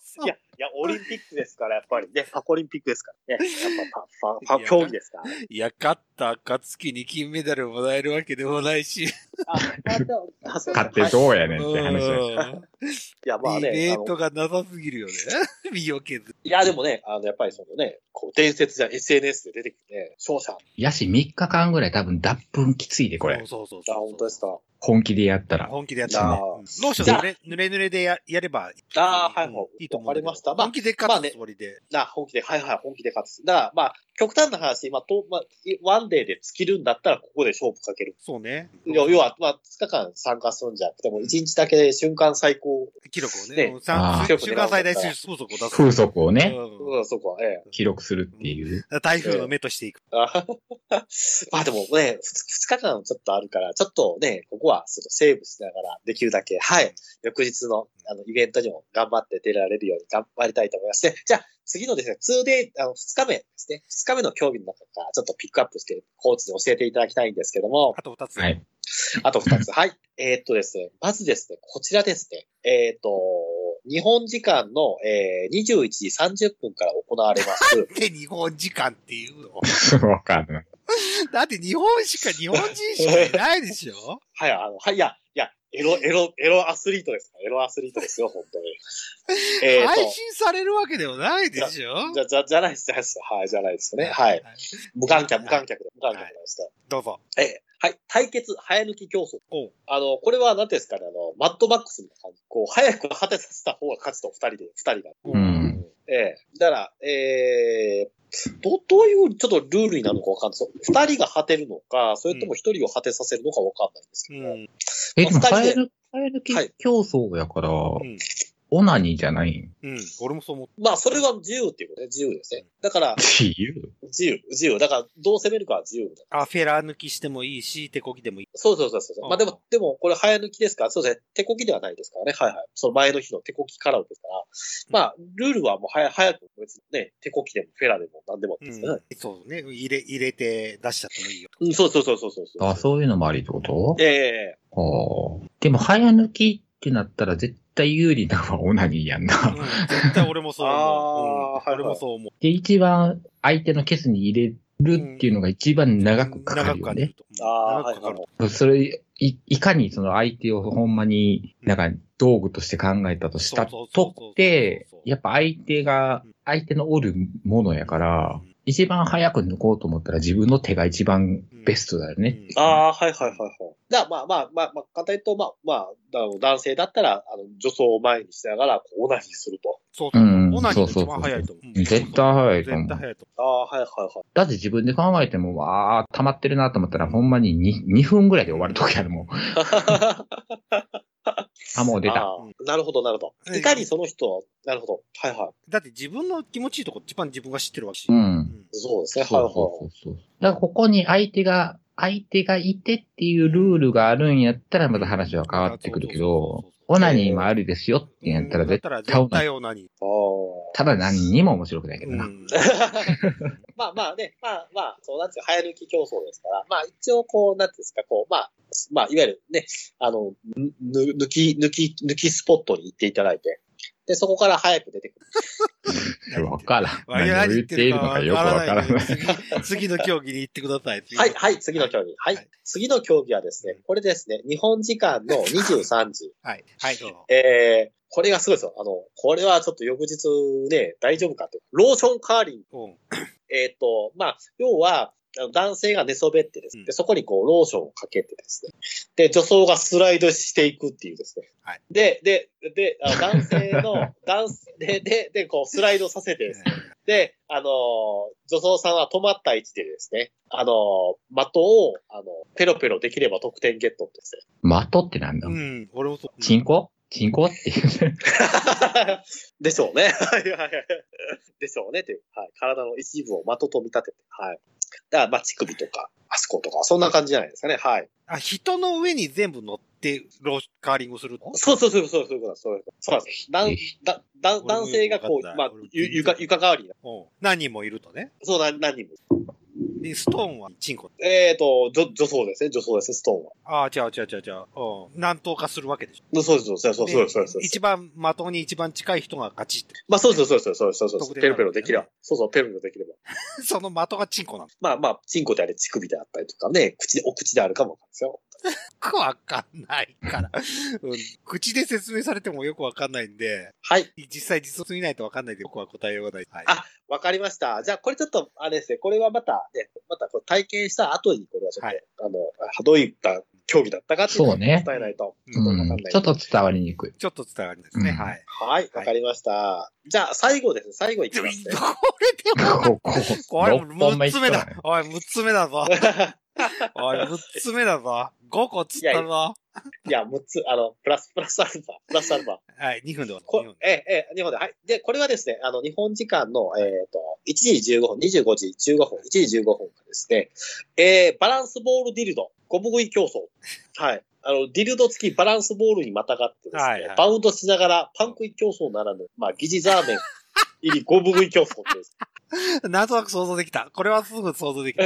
そう。
いや、いや、オリンピックですから、やっぱりね、パコリンピックですからね。やっぱパ、パ、パ、競技です から。
いや、勝った暁に金メダルもらえるわけでもないし。
あ、まあでもあそう
勝ってどうや
う
ね
ん。
んって話だよ。
いや、まあ
ディ
ね、
ベ
あ
ー
の
トがなさすぎるよね。身を削る。
いや、でもね、あの、やっぱりそのね、こう、伝説じゃ SNS で出てきてね、勝者。あ、
やし、3日間ぐらい多分脱粉きついで、これ。
そうそうそうそう。
本当ですか。
本気でやったら。
本気でやったらね。
あー
うんローショ
じ
ン
ゃ
濡
あ
れ、濡れ濡れでややればいい。
あーはいはい
うんいいと思う
わ
んだけど。
かりましたまあ
本気で
まあ
勝
ね
つつもりで。
な、本気で、はいはい、本気で勝つ。だから、まあ、極端な話、まあ、と、まあ、いワンデーで尽きるんだったら、ここで勝負かける。
そうね。
要要は、まあ、2日間参加するんじゃなくても、1日だけで瞬間最高。
記録をね
ね。
うん
あ
三
ー
週間最大風速を出す。
風速をね、
うん
うん、そこは、ええ。
記録するっていう。
台風の目としていく。
あははは まあでもね、2日間ちょっとあるから、ちょっとね、ここはちょっとセーブしながら、できるだけ、はい、翌日のあのイベントにも頑張って出られるように頑張りたいと思いますね。じゃあ、次のですね、2デイ、あの、2日目ですね、2日目の競技の中からちょっとピックアップして、コーチに教えていただきたいんですけども、
あと二つ。
はい。
あと2つ。はい。えーっとですね、まずですね、こちらですね、えーっと、日本時間の、えー21時30分から行われます。
で、日本時間っていうの。
わかるな。
だって日本しか、日本人しかいないでしょ
はい、あの、はい、いや、いや、エロ、エロ、エロアスリートですからエロアスリートですよ、本当 に。 えー
配信されるわけでもないでしょ
と、じゃ、じゃ、じゃないです、じゃないです。はい、じゃないですよね。はい。無観客、無観客で、無観客なんです
どうぞ。
けど。えーはい、対決、早抜き競争
おう。
あの、これは何ですかね、あの、マッドマックスみたいな感じ。こう、早く果てさせた方が勝つと、二人で、二人が。
うん。
ええだから、ええど、どういう、ちょっとルールになるのかわかんないですよ。二人が果てるのか、それとも一人を果てさせるのかわかんないんです
う
けど。
ん。
え、でも、
二人
カ
で
エル、カエルき
はい
競争やから、
うん。
オナニーじゃないん
うん。俺もそう思っ
まあ、それは自由っていうことね。自由ですね。だから、
自由
自由、自由。だから、どう攻めるかは自由みたいな。
た。あ、フェラー抜きしてもいいし、手こぎでもいい。
そうそうそうそう。まあで
うん
も、でも、これ早抜きですから、そうですね。手こきではないですからね。はいはい。その前の日の手こきカラオケですから。まあ、ルールはもう早、早く別にね、手こきでもフェラでも何でも
う
で
ん
すよね。。
そうね。入れ、入れて出しちゃってもいいよ。
うん、そうそうそうそうそう
あ、そういうのもありってこと
ええ
ああ。でも、早抜きってなったら絶対有利なのはオナニーやん
う
な。
ん。絶対俺もそう思う。
あー
うん俺もそう思う。
で、一番相手のケツに入れるっていうのが一番長くかかる
長く
よ
かか
ね
る。と。
あ
長
あ、はい
くかか
は
ると。。
い
それい、いかにその相手をほんまに、なんか道具として考えたとした
そうそうそう
と
そう
って
そうそう、
やっぱ相手が
うん、
相手のおるものやから
うん、
一番早く抜こうと思ったら自分の手が一番ベストだよね。
うん。
ああ、はいはいはいはい。だからまあまあまあ、まあ、簡単に言うと、まあまあだから、男性だったら、あの、女装を前にしながら、こう、オナニーすると。
そう
う
そう。
ん
オナニーが
そう
一
そう
番早いと思う。うん
絶対早いと思う
絶対早いと
ああ、はいはいはい。
だって自分で考えても、わあ、溜まってるなと思ったら、ほんまに 2, 2分ぐらいで終わる時あるもん。あ、もう出た。
あーなるほど、なるほど。いかにその人、なるほど。はいはい。
だって自分の気持ちいいとこ一番自分が知ってるわけし。
う。
うんん
そうです
そう
ね、はい
そ
は
う
い。
そうそう。だからここに相手が、相手がいてっていうルールがあるんやったら、また話は変わってくるけど、オナニーもありですよってやったら
だっ
絶
たら絶
対オナニ
対
ー。
オナニー。
ああ。
ただ何にも面白くないけど
う
な。
ん
まあまあね、まあまあ、そうなんですよ、早抜き競争ですから、まあ一応こう、なんていうんですか、こう、まあ、まあ、いわゆるね、あの、ぬ抜き、抜き、抜きスポットに行っていただいて、で、そこから早く出てくる。
わからん。
我々
何を言っているのかよくわからない。
次、次の競技に行ってください。
はい、はい、次の競技。はい、
はい
次の競技はですね、これですね、日本時間の23時。
はい、はい、どうぞ。
えー、これがすごいですよ。あの、これはちょっと翌日ね、大丈夫かって。ローションカーリング
うん
えっ、と、まあ、要は、あの男性が寝そべってです
う
ね
ん、
でそこにこう、ローションをかけてですね、で、女装がスライドしていくっていうですね。
はい
で、で、で、あ男性の、 男性で、で、で、こう、スライドさせてですね、で、あのー女装さんは止まった位置でですね、あのー的を、あのペロペロできれば得点ゲットってですね。
的ってなんだ
うん、俺もそう。
チンコチンコっていう。
でしょうね。はいはいはい。でしょうね。という、はい。体の一部を的と見立てて、はい。だから、まあ、乳首とか、あそことか、そんな感じじゃないですかね。はい。
あ、人の上に全部乗って、ローカーリングするの
そうそうそう、そうそういうことですそういうことそうなんです。だん
え
だだ
俺
男性が
よ
こ
かった
う、まあ
俺、
ゆ床、床代わりになる。
うん何人もいるとね。
そう、な何人も。
で、ストーンはチンコ。
えっ、ー、と、女、女装ですね。女装ですね、ストーン
あ
は。
あ、違う違う違う違う。うん。何等化するわけでしょ。
そうそうそう、そうそうそう。そう
一番、的に一番近い人が勝ちって。
まあ、そうそうそう、そうそうそうそうそう。
特定
ペ
な
ロ
んだ
ペ
よね
ロできれば。そうそう、ペロペロできれば。
その的がチンコなの。
まあまあ、チンコであれ、乳首であったりとかね、口で、お口であるかもわかんないです
よ
よ。
くわかんないから、うん口で説明されてもよくわかんないんで、
はい。
実際実装見ないとわかんないんで、僕は答えようがない。はい、
あわかりました。じゃあ、これちょっと、あれですね、これはまた、ね、またこれ体験した後に、これはちょっと、
はい
あの、どういった競技だったかっていうの
そう
を
ね
伝えないと。
うん
うんちょっと伝わりにくい。
ちょっと伝わりですね。
うん
はい。
はい、わかりました。じゃあ、最後ですね、最後いき
でも
ま
こ
すね。
れでも、
こ こ、
これ
6本目
6
一
つ
緒
目
だ
だ
ね。。
おい、6つ目だぞ。おい、6つ目だぞ。5個つったぞ。
いや、6つ、あの、プラス、プラスアルファ、プラスアルファ。
はい、2分で終わ
こ
る。2分で
ええ、ええ、日本で。はい。で、これはですね、あの、日本時間の、えっ、と、1時15分、25時15分、1時15分がですね、えー、バランスボールディルド、ゴム食い 競争。はい。あの、ディルド付きバランスボールにまたがってですね、
はいはい
バウンドしながらパン食い競争ならぬ、まあ、疑似ザ ーメン入りゴム食い競争です。
なんとなく想像できた。これはすぐ想像 できた。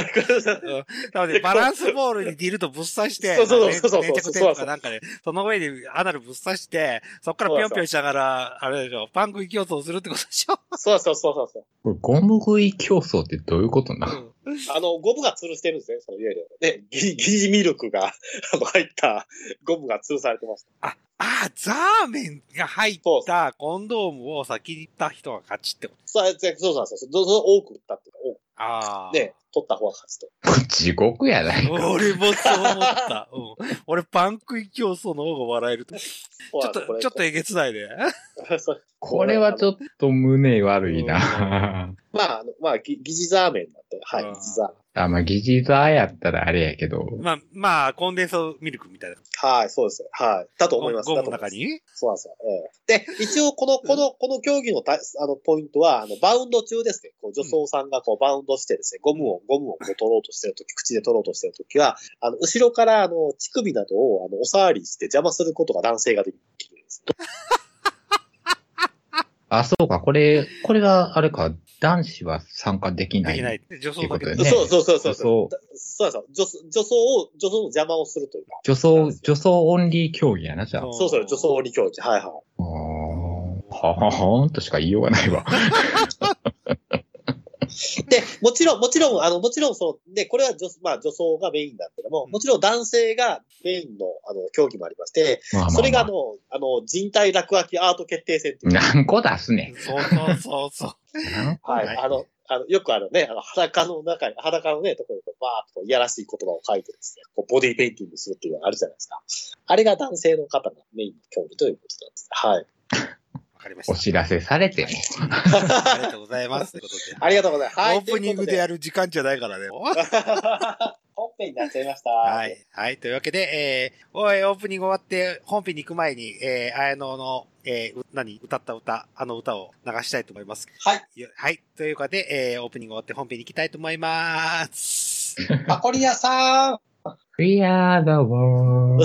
なので、バランスボールにディルとぶっ刺して、
そうそうそうそう
粘着テープかなんかで、その上にアナルぶっ刺して、そっからぴょんぴょんしながら、あれでしょ、パン食い競争するってことでしょ
そうそうそうそうそう。
これ、ゴム食い競争ってどういうことな
あの、ゴムが吊るしてるんですね、そのいわゆる。ね、疑似ミルクがあの入ったゴムが吊るされてました。
あ、ああ、ザーメンが入ったコンドームを先に行った人が勝ちってこと。
そうそうそうそうそう。そうそう多く打ったっていうか、多く。
ああ。
で、取った方が勝つと。
地獄やないか。
俺もそう思った。うん、俺、パン食い競争の方が笑えると。ちょっと、ちょっとえげつないで。
と。そう
これはちょっと胸悪いな。
まあ、あのまあ、ぎ疑似ザーメンなんで、はい、
あ
疑
ー
似ザ
あ、まあ、疑似座やったらあれやけど。
まあ、まあ、コンデンソミルクみたいな。
ーメン。はい、そうです。はい。だと思います。
ゴム
だ
の
と思いま
中
す
に
そうなんですよ。ええで、一応、この、この、この競技のた、あの、ポイントは、あの、バウンド中ですね。こう、女装さんが、こう、バウンドしてですね、ゴムを、ゴムをこう取ろうとしてるとき、口で取ろうとしてるときは、あの、後ろから、あの、乳首などを、あの、お触りして邪魔することが男性ができるんです。
あ、そうか、これ、これがあれか、男子は参加できな
で
い。
きない。女装だけ
という
で
ことでね
そうそうそうそう。
女装
だそうなんですよ。女女装を、女装の邪魔をするというか。
女装、女装オンリー競技やな、じゃあ。
そう
そうそう、女装に競技。はいはい。
あーはははーんとしか言いようがないわ。
で、もちろん、もちろん、あの、もちろん、その、で、これは女、まあ、女装がメインなんだけども、もちろん男性がメインの、あの、競技もありまして、
まあまあまあ
それがあの、あの、人体落書きアート決定戦っていう、
何個出すね
そうそうそうそう。
ん。 何個
は
出
い、
す
あの、あの、よくあのね、あの、裸の中に、裸のね、ところにこう、バーっとこういやらしい言葉を書いてですね、こう、ボディーペインティングするっていうのがあるじゃないですか。あれが男性の方のメインの競技ということなんです。はい。
わかりまし
お知らせされても。
た。ありがとうございます。ということで。
ありがとうございます。はい、
オープニングでやる時間じゃないからね。
ということで。本編になっちゃいました。
は。い。はい。というわけで、えー、おい、オープニング終わって、本編に行く前に、えー、綾野の、えー、う何歌った歌、あの歌を流したいと思います。
はい。
よはい。というわけで、えー、オープニング終わって本編に行きたいと思い ます。
パコリアさん
We are the world.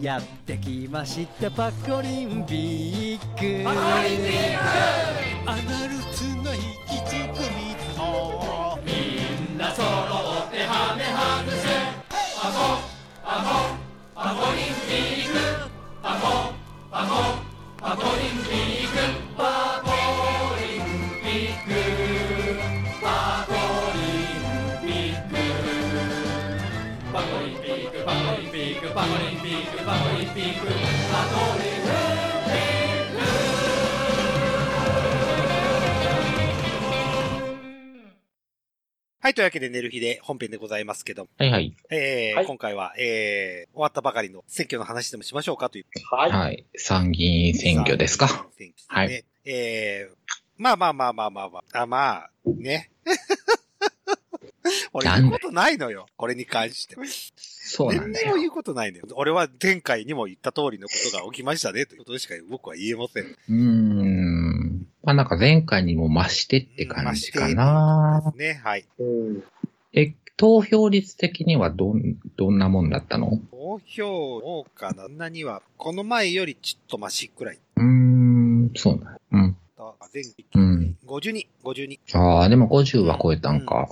やってきましたパコリンビッグアナルツの引きちぐみと
はい。というわけで、寝る日で本編でございますけども、
はいはい。
えー
はい
今回は、えー、終わったばかりの選挙の話でもしましょうかという。
はい。
はい。参議院選挙ですか。。
選
は
挙
い
ですね。えー、まあまあまあまあまあまあ、あまあ、ね。 俺言うことないのよ。これに関して。
そうなん
何
だ
にも
よ。
言うことないのよ。俺は前回にも言った通りのことが起きましたね、ということしか僕は言えません。
うーん。まあなんか前回にも増してって感じかな。
ね、はい。
うん。
え、投票率的にはどん、どんなもんだったの
投票をかな、そんなには、この前よりちょっとマシくらい。
うーん、そうなんうん。
だ前期
うん。
52、52。
ああ、でも50は超えたんか。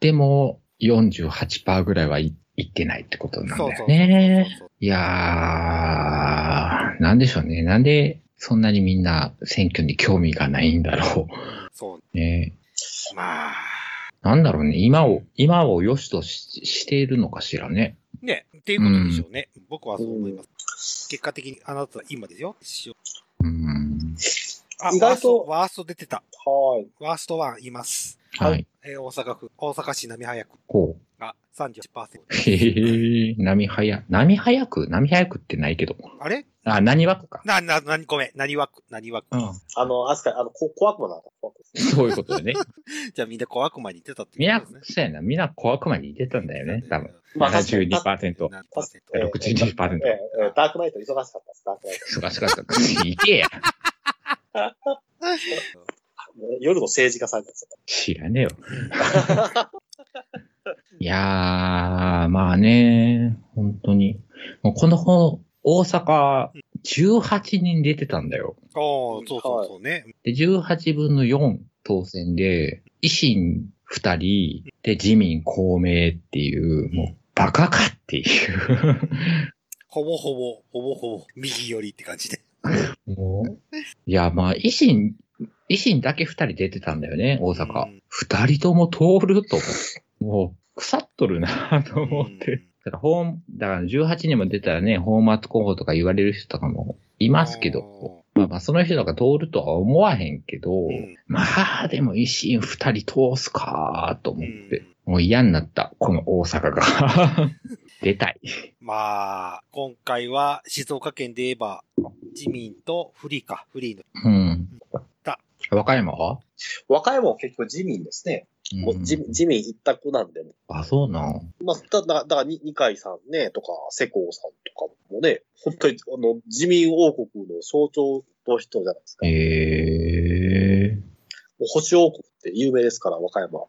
でも、48%ぐらいはい、いってないってことなんだよね。
そうそうそうそう。
いやー、なんでしょうね。なんで、そんなにみんな選挙に興味がないんだろ
そう
う。 ね
そう。まあ、
なんだろうね。今を、今を良しとししているのかしらね。
ね、っていうことでしょうね。僕はそう思います。結果的に、あなたは今ですよ。一緒
うーん。
あ、
意
ワー
外と
スト、ワースト出てた。
はい。
ワースト1います。
は。
はい
えー大阪府、大阪市並早区
こう。
が38%。
へへへ、波早、波早く、波早くってないけど。
あれ
あ、何枠か。
な、な、なに、ごめん。何枠何枠
うん。
あの、あすか、あの、こ怖くもなかった。怖く
そういうこと でね。
じゃあみんな小悪魔に出たって
みん
こ
な
とですね。、
そうやな。みんな小悪魔に出てたんだよね。多分。。
まあ
72%。
ええ
62%
ええええダークナイト忙しかったです、ダークナイ
忙しかった。いけや。
ト。もう夜の政治家さんです。
知ら ねえよ。いやー、まあね、本当に。もうこの本、大阪18人出てたんだよ。
ああ、そうそうそうね。
で、18分の4当選で、維新2人、で、自民公明っていう、もう、バカかっていう。
ほぼほぼ、ほぼほぼ、右寄りって感じで。
もういや、まあ、維新、維新だけ2人出てたんだよね、大
う
阪
ん。
2人とも通ると思う。もう、腐っとるなと思って。だから、ホーム、だから18人も出たらね、ホーマット候補とか言われる人とかもいますけど、
ど。
まあまあ、その人とか通るとは思わへんけど、
うん
まあ、でも維新二人通すかと思って、
うん
もう嫌になった、この大阪 が。出たい。
まあ、今回は静岡県で言えば、自民とフリーか、フリーの。
うん
だ。
和歌山は、
和歌山は結構自民ですね。
うん
もう自自民一択なんで、
あ、そうなん。
まあ、だだだからに二階さんね、とか、世耕さんとかもね、本当にあの自民王国の象徴の人じゃないですか。
え
も
え
う保守王国って有名ですから、和歌山は。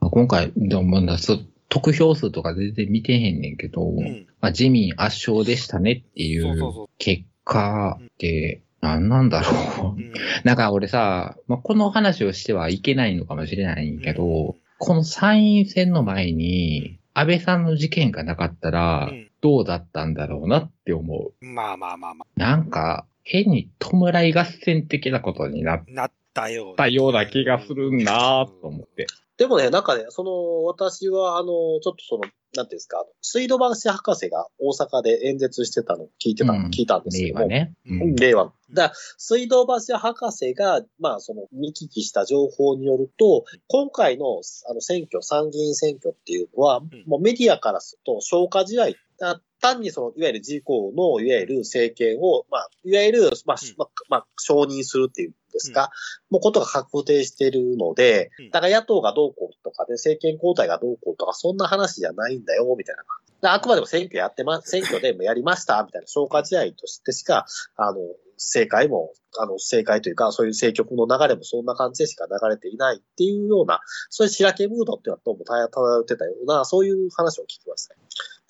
まあ今回、でもまだそ得票数とか全然見てへんねんけど、
うん。
まあ、自民圧勝でしたねってい
そうそうそう
う結果って何なんだろ
う
う。
ん
なんか俺さ、まあ、この話をしてはいけないのかもしれないけど、この参院選の前に、安倍さんの事件がなかったら
うん、
どうだったんだろうなって思う。
まあまあまあま
なんか、変に弔い合戦的なことになっ
あ、なったよう
たような気がするなと思って。
でもね、なんかね、その、私は、あの、ちょっとその、なんていうんですか、あの水道橋博士が大阪で演説してたのを聞いてた、
うん
聞いたんですけ
令
ど
和
も、
ね。う
うん
ん
令和。だから水道橋博士が、まあ、その、見聞きした情報によると、今回の、あの、選挙、参議院選挙っていうのは、もうメディアからすると、消化試合。だ単にその、いわゆる自公の、いわゆる政権を、まあ、いわゆる、まあ、
うん
まあ、まあ、承認するっていうんですか、もうことが確定しているので
うん、
だから野党がどうこうとかで、政権交代がどうこうとか、そんな話じゃないんだよ、みたいな。であくまでも選挙やってま、選挙でもやりました、みたいな消化試合としてしか、あの、政界も、あの、政界というか、そういう政局の流れもそんな感じでしか流れていないっていうような、そういう白けムードっていうのはどうも漂ってたような、そういう話を聞きましたね。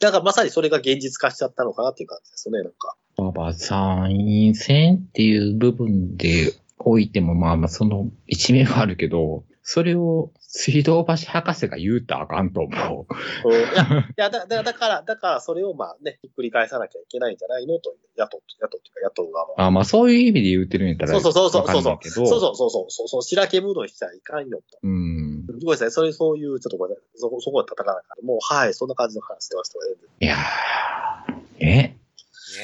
だからまさにそれが現実化しちゃったのかなっていう感じですね、なんか。
まあまあ、参院選っていう部分でおいても、まあまあ、その一面はあるけど、それを水道橋博士が言うたらあかんと思う。
うん いや、いやだだだから、だからそれをまあね、ひっくり返さなきゃいけないんじゃないのという、野党、野党というか野党側は。
あまあ、そういう意味で言ってるんやったら、
そうそうそうそう
わかんないけど、
そうそうそうそう、そうそう、白けムードにしちゃいかんよと。
うん。
ごめんなさい、それそういう、ちょっとごめんなさい、そこ、そこは叩かなかった。もう、はい、そんな感じの話してましたね。
いやー、ね。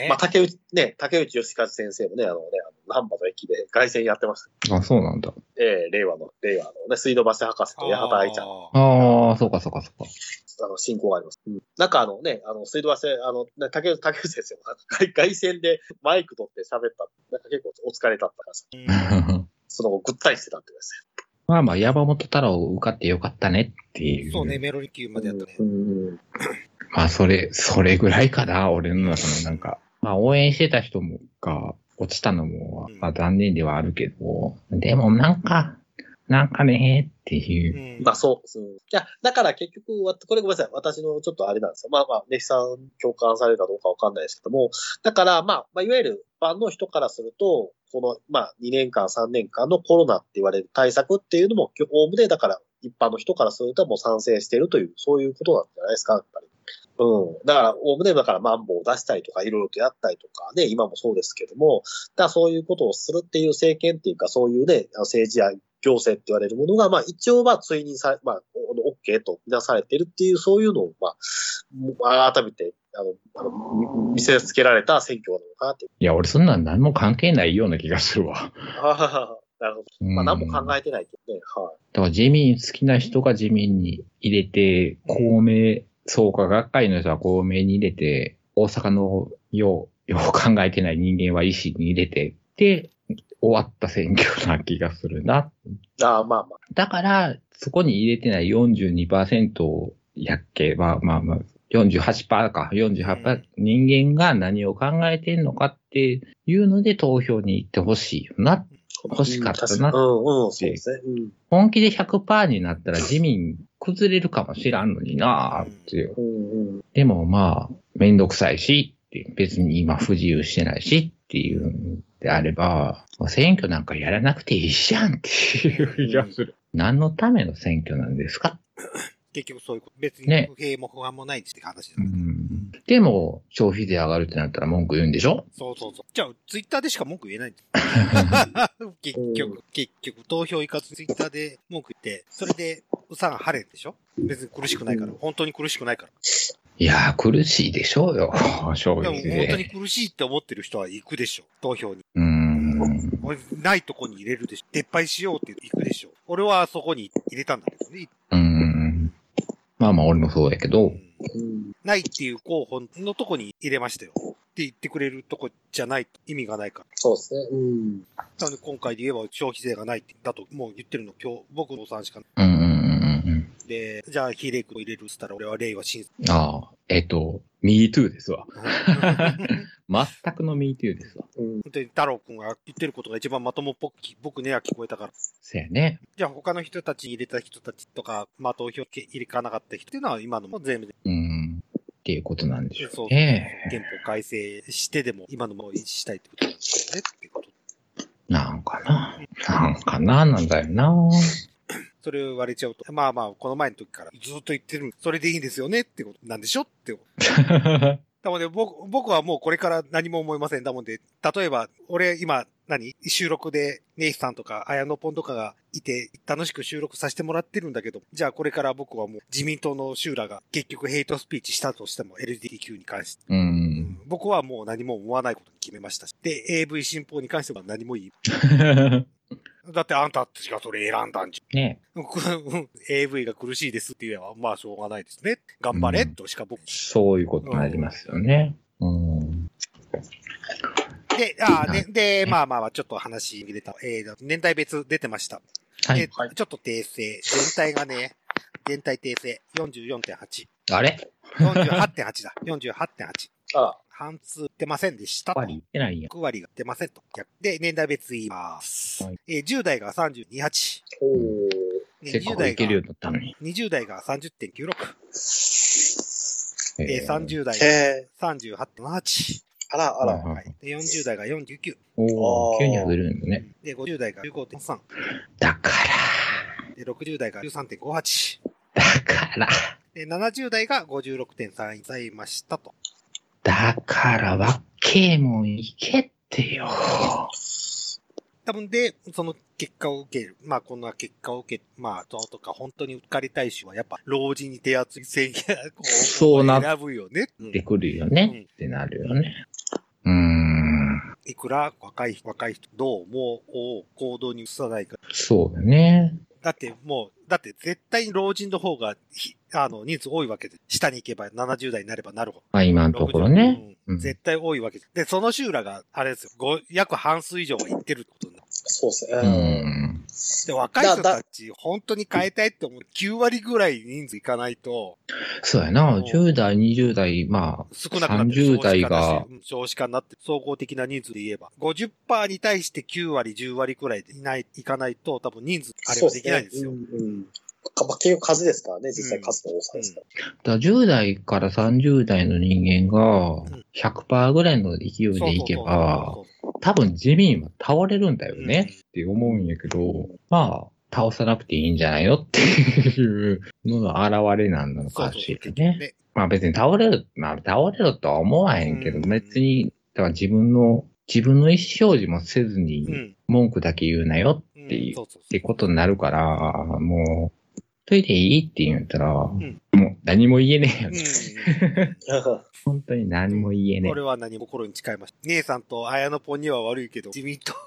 ね
まあ、竹内、ね、竹内義和先生もね、あのね、あの、難波の駅で凱旋やってました。
あ、そうなんだ。
ええ令和の、令和のね、水道橋博士と八幡愛ちゃんの、
あー
ああ、そうかそうかそうか。
あの、進行があります。うんなんかあのね、あの、水道橋、あの、ね竹内、竹内先生も、凱凱旋でマイク取って喋った。なんか結構お疲れだったからさ、その後ぐったりしてたってです
まあまあ、山本太郎受かってよかったねって
う
い
ん
う。
そうね、。メロリ級までやったね
う。ん。
まあ、それ、それぐらいかな、俺の中のなんか。まあ、応援してた人もが落ちたのも
うん、
まあ、残念ではあるけど、でもなんか、なんかね、っていうう。
ん
まあそう。うんいや、だから結局、わこれごめんなさい。私のちょっとあれなんですよ。まあまあ、ネヒさん共感されるかどうかわかんないですけども、だからまあ、まあ、いわゆる万の人からすると、この、まあ、2年間、3年間のコロナって言われる対策っていうのも、おおむね、だから、一般の人からするともう賛成しているという、そういうことなんじゃないですか、やっぱり。うん。だから、おおむね、だから、マンボウを出したりとか、いろいろとやったりとかね、今もそうですけども、だからそういうことをするっていう政権っていうか、そういうね、あの政治や行政って言われるものが、まあ一応まあ追認され、まあ、お OK とみなされてるっていう、そういうのを、まあもう、改めて、あの、あのみ見せつけられた選挙なのかなっていう。
いや、俺そんなん何も関係ないような気がするわ。
あ あ、なるほど。まあ何も考
え
えてないけどね。はい。
だから自民好きな人が自民に入れて、公明、創価学会の人は公明に入れて、大阪のよう、よう考えてない人間は維新に入れて、で、終わった選挙な気がするな
ああ、まあまあ。
だから、そこに入れてない42%やっけまあまあまあ、48%か、48%、
うん
人間が何を考えてんのかっていうので投票に行ってほしいよな。欲しかったな
うん、確にうん、うん、そうですね。うん。
本気で100%になったら自民崩れるかもしらんのになあって。
うん、うん。
でもまあ、めんどくさいし、別に今不自由してないしっっていうんであれば、選挙なんかやらなくていいじゃんっていう気がする。何のための選挙なんですか
結局そういうこと。別に
ね
不平も不安もないって話
う
だ、
ん。でも、消費税上がるってなったら文句言うんで しょ
そうそうそう。じゃあ、ツイッターでしか文句言えないんです結局、結局、投票行かずツイッターで文句言って、それで、うさん晴れんでしょ別に苦しくないから、本当に苦しくないから。
いやー、苦しいでしょうよ、消
でも
費
本当に
税。
苦しいって思ってる人は行くでしょ投票に。
うん。
俺ないとこに入れるでしょ撤廃しようって行くでしょ俺はそこに入れたんだけどね。
うん。まあまあ、俺もそうやけど、
うん
ないっていう候補のとこに入れましたよ。って言ってくれるとこじゃないと意味がないから。
そうですね。うん。
なので今回で言えば消費税がないってだともう言ってるの今日僕のさんしかな
うんうんうん
いで、じゃあ比例区を入れるっつったら俺は令和新選。
うん。ああ、えっ、と、MeToo です わ。
本
全くの MeToo ですわ。
うん。
当に太郎くんが言ってることが一番まともっぽく僕ねは聞こえたから。
せやね。
じゃあ他の人たちに入れた人たちとか、まあ投票入れかなかった人っていうのは今のも全部
うん。っていうことなんでしょ
そう
うね。
憲法改正してでも今のものを維持したいってことなんですよねってこと。
なんかな。なんかな、なんだよな。
それを言われちゃうと、まあまあ、この前の時からずっと言ってる、それでいいんですよねってことなんでしょって。だもんで、僕、僕はもうこれから何も思いません。だもんで、例えば、俺今、何収録で、ネイスさんとか、綾野ポンとかがいて、楽しく収録させてもらってるんだけど、じゃあこれから僕はもう、自民党の修羅が結局ヘイトスピーチしたとしても、LGBTQ に関して。
うん。
僕はもう何も思わないことに決めましたし。で、AV 新法に関しては何も言い。だってあんたたちがそれ選んだんじ
ね
ゃん。 うん AV が苦しいですって言えば、まあしょうがないですね。頑張れ、
うん
としか僕。
そういうことになりますよね。うん。
で、あー
は
で
い、
で、まあまあまあ、ちょっと話入れた。えー、年代別出てました。
はい
えーちょっと訂正。全体がね、全体訂正。44.8。
あれ
48.8だ。48.8。
あら、
半数出ませんでした。
やっぱり言ってないやん。
6割が出ませんと。で、年代別言います。
はい
えー10代が32、8。
おー。
ね
せっか
20
くい
代
けるよう
が
になったのに。
20代が30.96。
え
えー、30代が
へー
38.78。
あら、あら。
はいは
はいい。で、40代が49。
お
あ
ー、
ー
急に上げるんだね。
で、50代が15.3。
だか
で、60代が13.58。
ら、だから、
で、70代が56.3ございましたと。
だから、わっけえもんいけってよ。
多分で、その結果を受ける。まあ、こんな結果を受け、まあ、そうとか、本当に受かりたいしは、やっぱ、老人に手厚い制限を
そうなっ
選ぶよね。うん
てくるよ
う
ね
ん。
ってなるよね。うーん。
いくら若い、若い人、どうもを行動に移さないか。
そうだね。
だってもう、だって絶対に老人の方がひ、あの、人数多いわけで、下に行けば70代になればなるほど。
まあ、今のところね。
うん
うん
絶対多いわけで。で、その集落が、あれですよ、ご約半数以上は行ってるってことになる。
そうですね。
う
うん
ん。
で、若い人たち、本当に変えたいって思う。9割ぐらい人数いかないと、
そうやな。
うん
10代、20代、まあ、
少なくなってる
30代が、
少子化だしうん少子化になってる、総合的な人数で言えば、50%に対して9割、10割くらいでいない、いかないと、多分人数、あれはできないんですよ。
そうねうんうん。かまあ、結局数ですからね、実際数の多さですから。
だ10代から30代の人間が
ん
100%ぐらいの勢いでいけば、多分自民は倒れるんだよね
うん
って思うんやけど、まあ、倒さなくていいんじゃないのっていうのの表れなんなの
そうそうそうそうそう
かも
そう
しれ
結
ない
局
ね。
ね。
まあ別に倒れる、まあ倒れろとは思わへんけど、
うん
別に、だから自分の、自分の意思表示もせず
う
に
ん。
文句だけ言うなよっ
うん
ていう
そうそう
っ
そ
て
う
ことになるから、もう、トイレいいって言うんやったら、
ん
もう何も言えねえ
う
よ、
ん
ね。本当に何も言えね
俺は何も心に誓いました。姉さんと綾野ポンには悪いけど、自民党が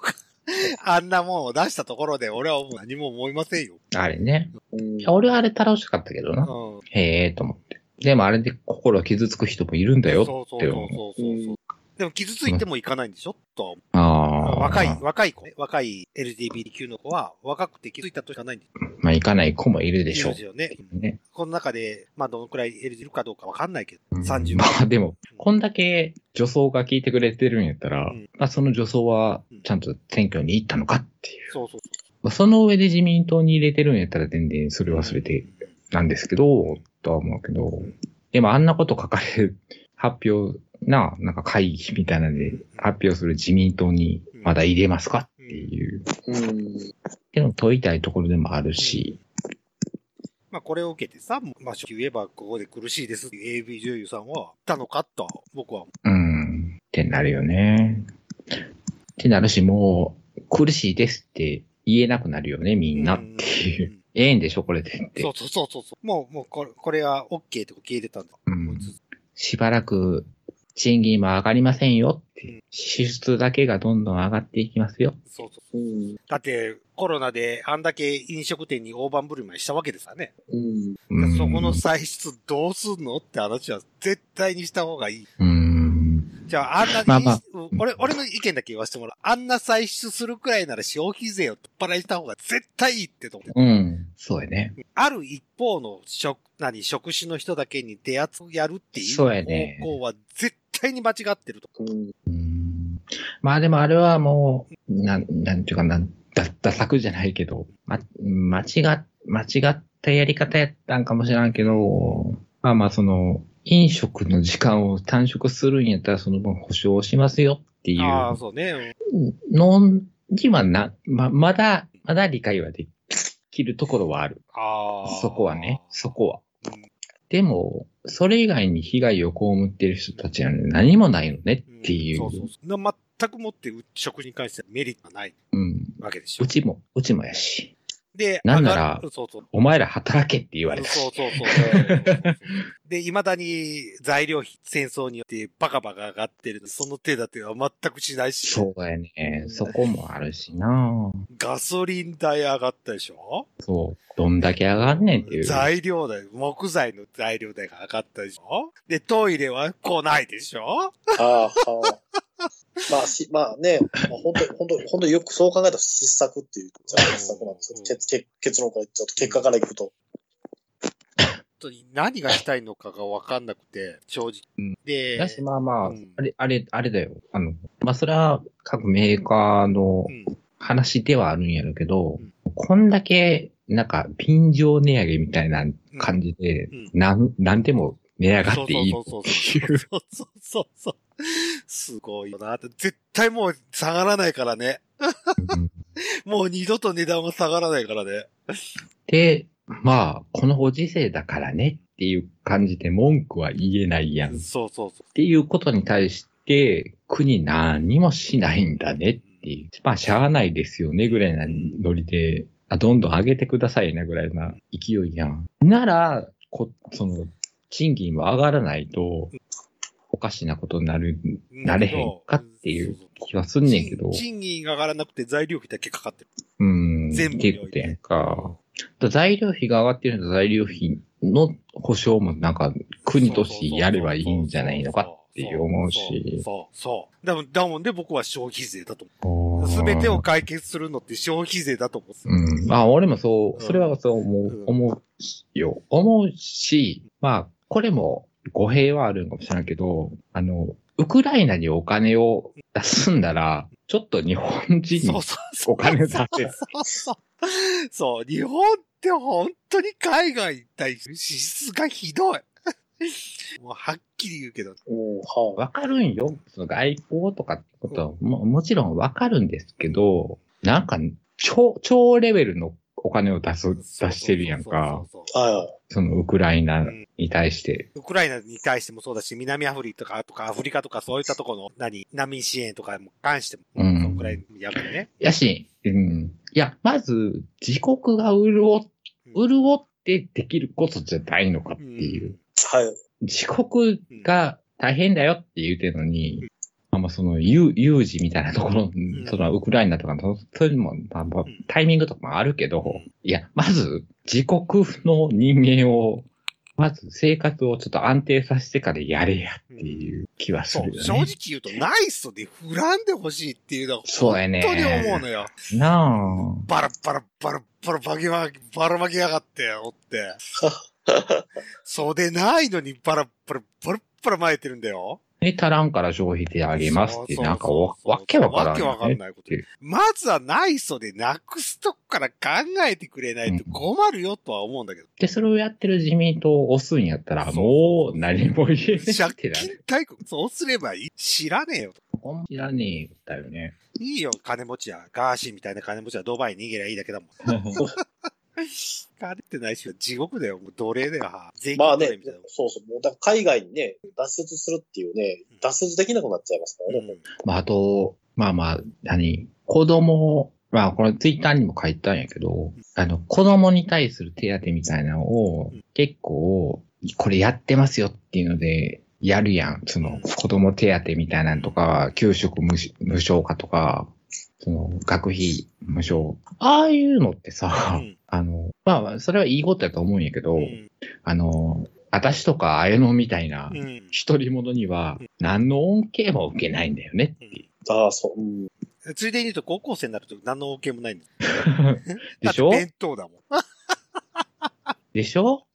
あんなもんを出したところで、俺はもう何も思いませんよ。
え。あれね。
うん
いや俺はあれ楽しかったけどな。
うん。
へえと思って。でもあれで心傷つく人もいるんだよ
そう
って思う。
そうそうそうそう。でも傷ついてもいかないんでしょとは思う
ああ。
若い、。若い子ね、若い LGBTQ の子は、若くて気づいたとしかないんで
まあ行かない子もいるでし
す
ょ
よ。
う。
よね。
ね。
この中で、まあ、どのくらい LG いるかどうかわかんないけど、
うん
30
まあでも、こんだけ女装が聞いてくれてるんやったら、
うん
まあその女装はちゃんと選挙に行ったのかっていう。
そうそうそ。
まあその上で自民党に入れてるんやったら全然そうれはそれで
うん
なんですけど、とは思うけど、でもあんなこと書かれ、発表な、なんか会議みたいなので発表する自民党にまだ入れますかっていう、っ
うん。
ていうのを問いたいところでもあるし、
まあこれを受けてさ、まあ正直言えばここで苦しいですっていう AV 女優さんは、いたのかと、僕は。
うん、ってなるよね。ってなるし、もう、苦しいですって言えなくなるよね、みんなっていう。
うん
ええんでしょ、これでって
そ。うそうそうそうそう。もう、もうこれ、これは OK とか消えてたんだ。
うん
もうず
しばらく賃金も上がりませんよっ
うん
て。支出だけがどんどん上がっていきますよ。
そうそう。
うん。
だって、コロナであんだけ飲食店に大盤振る舞いしたわけですからね。
うん。
うん
そこの歳出どうすんのって話は絶対にした方がいい。
うん。
じゃあ、あんなに、
まあまあ
うん俺、俺の意見だけ言わせてもらう。あんな歳出するくらいなら消費税を取っ払いした方が絶対いいってと思って。
うん。そうやね。
ある一方の職、何、職種の人だけに出圧をやるっていう
そうやね
方向は絶対に間違ってると。
うん。
うん。まあでもあれはもう、なん、なんていうかなん、だ、ダ作じゃないけど、ま、間違っ、間違ったやり方やったんかもしらんけど、まあまあその、飲食の時間を短縮するんやったらその分保証しますよっていう。
ああ、そうね。
のにはな、ま、まだ、まだ理解はできるところはある。
ああ。
そこはね、そこは
うん。
でも、それ以外に被害を被ってる人たちは何もないのね
うん。
っていう。
そうそうそう。な全くもって食に関してはメリットがない
うん
わけでしょ
う。ちも、うちもやし。
で、
なんなら
上がるそうそう。
お前ら働けって言われた。
そうそうそう。で、未だに材料費、戦争によってバカバカ上がってる。その手立ては全くしないし、
そうやね。そこもあるしな
ガソリン代上がったでしょ
そう。どんだけ上がんねんっていう。
材料代、木材の材料代が上がったでしょで、トイレは来ないでしょ
ああ、ああ。まあ、し、まあね、まあ、本当本当本当よくそう考えたら失策っていう、失策なんですよ。結結結論から言っちゃうと、結果からいくと。
本当に何がしたいのかがわかんなくて、正直。
うん
で、
だし、まあまあ、
うん
あれ、あれ、あれだよ。あの、まあ、それは各メーカーの
うん、
話ではあるんやろうけど、こんだけ、なんか、便乗値上げみたいな感じで、
うん
なん、なんでも値上がっていい
そうそう
っていう。
そうそうそうそう。すごいよな。絶対もう下がらないからね。
うん
もう二度と値段は下がらないからね。
で、まあ、このご時世だからねっていう感じで文句は言えないやん。っ
そうそうそ
ていうことに対して、国何もしないんだねっていう。まあ、しゃあないですよねぐらいなノリで、あどんどん上げてくださいねぐらいな勢いやん。なら、こその、賃金は上がらないと、おかしなことになる
う。
なれへんかっていう気はすんねんけど
賃。賃金が上がらなくて材料費だけかかってる。
うん。
全部
っていうことやんか。だ材料費が上がってるのと材料費の保証もなんか国としてやればいいんじゃないのかっていう思うし。
そうそう。だもんだもんで僕は消費税だと
お
思う。
ー
すべてを解決するのって消費税だと思う。
うん。まあ、俺もそうう、
ん
それはそう思う、
うん
思うしよ。思うし、まあ、これも語弊はあるんかもしれないけど、あの、ウクライナにお金を出すんなら、ちょっと日本人
そ
に
うそうそう。
お金出せ。
そうそう。そう、日本って本当に海外に対して支出がひどい。もうはっきり言うけど、
うん、は
わかるんよ。その外交とかってことはも、もちろんわかるんですけど、なんか、超、超レベルのお金を出す、出してるやんか。
そうそうそう
い。は
そのウクライナに対して。
ウクライナに対してもそうだし、南アフリカとか、とかアフリカとかそういったところの、何、難民支援とかも関しても、
うん
ウクライナやっぱりね。
やし、うん。いや、まず、自国が潤っ、潤ってできることじゃないのかっていう。
い。はい。
自国が大変だよって言うてるのに、あんまその、有有事みたいなところ、
ん
その、ウクライナとかの、そういうのも、まあまあ
ん
タイミングとかもあるけど、
うん
いや、まず、自国の人間を、まず生活をちょっと安定させてからやれやっていう気はす
そ
る
う、
よ
正
ね。
直言うと、ナイスで振らんでほしいっていうのは、
そうやね
本当に思うのよ。
なあ。
バラバラバラバラバげま、ばらまきやがって、おって。そうでないのにバラバラバラバラ巻いてるんだよ。
で、足らんから消費であげますって、なんかわ、わけわからん、
わけわかんないこと。まずはないそでなくすとこから考えてくれないと困るよとは思うん だけど。
で、それをやってる自民党を押すんやったら、もう何も言えな
借
くてな
金大国、そうすればいい知らねえよ。
ほんいらねえだよ ね。
いいよ、金持ちは。ガーシーみたいな金持ちはドバイに逃げりゃいいだけだもん。金ってないし、地獄だよ。もう奴隷だよ。税金
まあ
奴
ね
隷みたいな、
そうそう、もうだから海外にね、脱出するっていうね、脱出できなくなっちゃいますからね。
うん
まあ、あと、まあまあ、何子供を、まあ、これツイッターにも書いたんやけど、あの、子供に対する手当みたいなのを
うん、
結構、これやってますよっていうので、やるやん。その、子供手当みたいなのとか、給食無し無償化とか、その、学費無償。ああいうのってさ、
うん
あの、まあまあ、それはいいことやと思うんやけど、
うん
あの、私とか綾野みたいな、
うん
一人者には、何の恩恵も受けないんだよね
ああ、そう、うん。
ついでに言うと、高校生になると何の恩恵もないんだ
でしょ
だって弁当だもん。
でしょ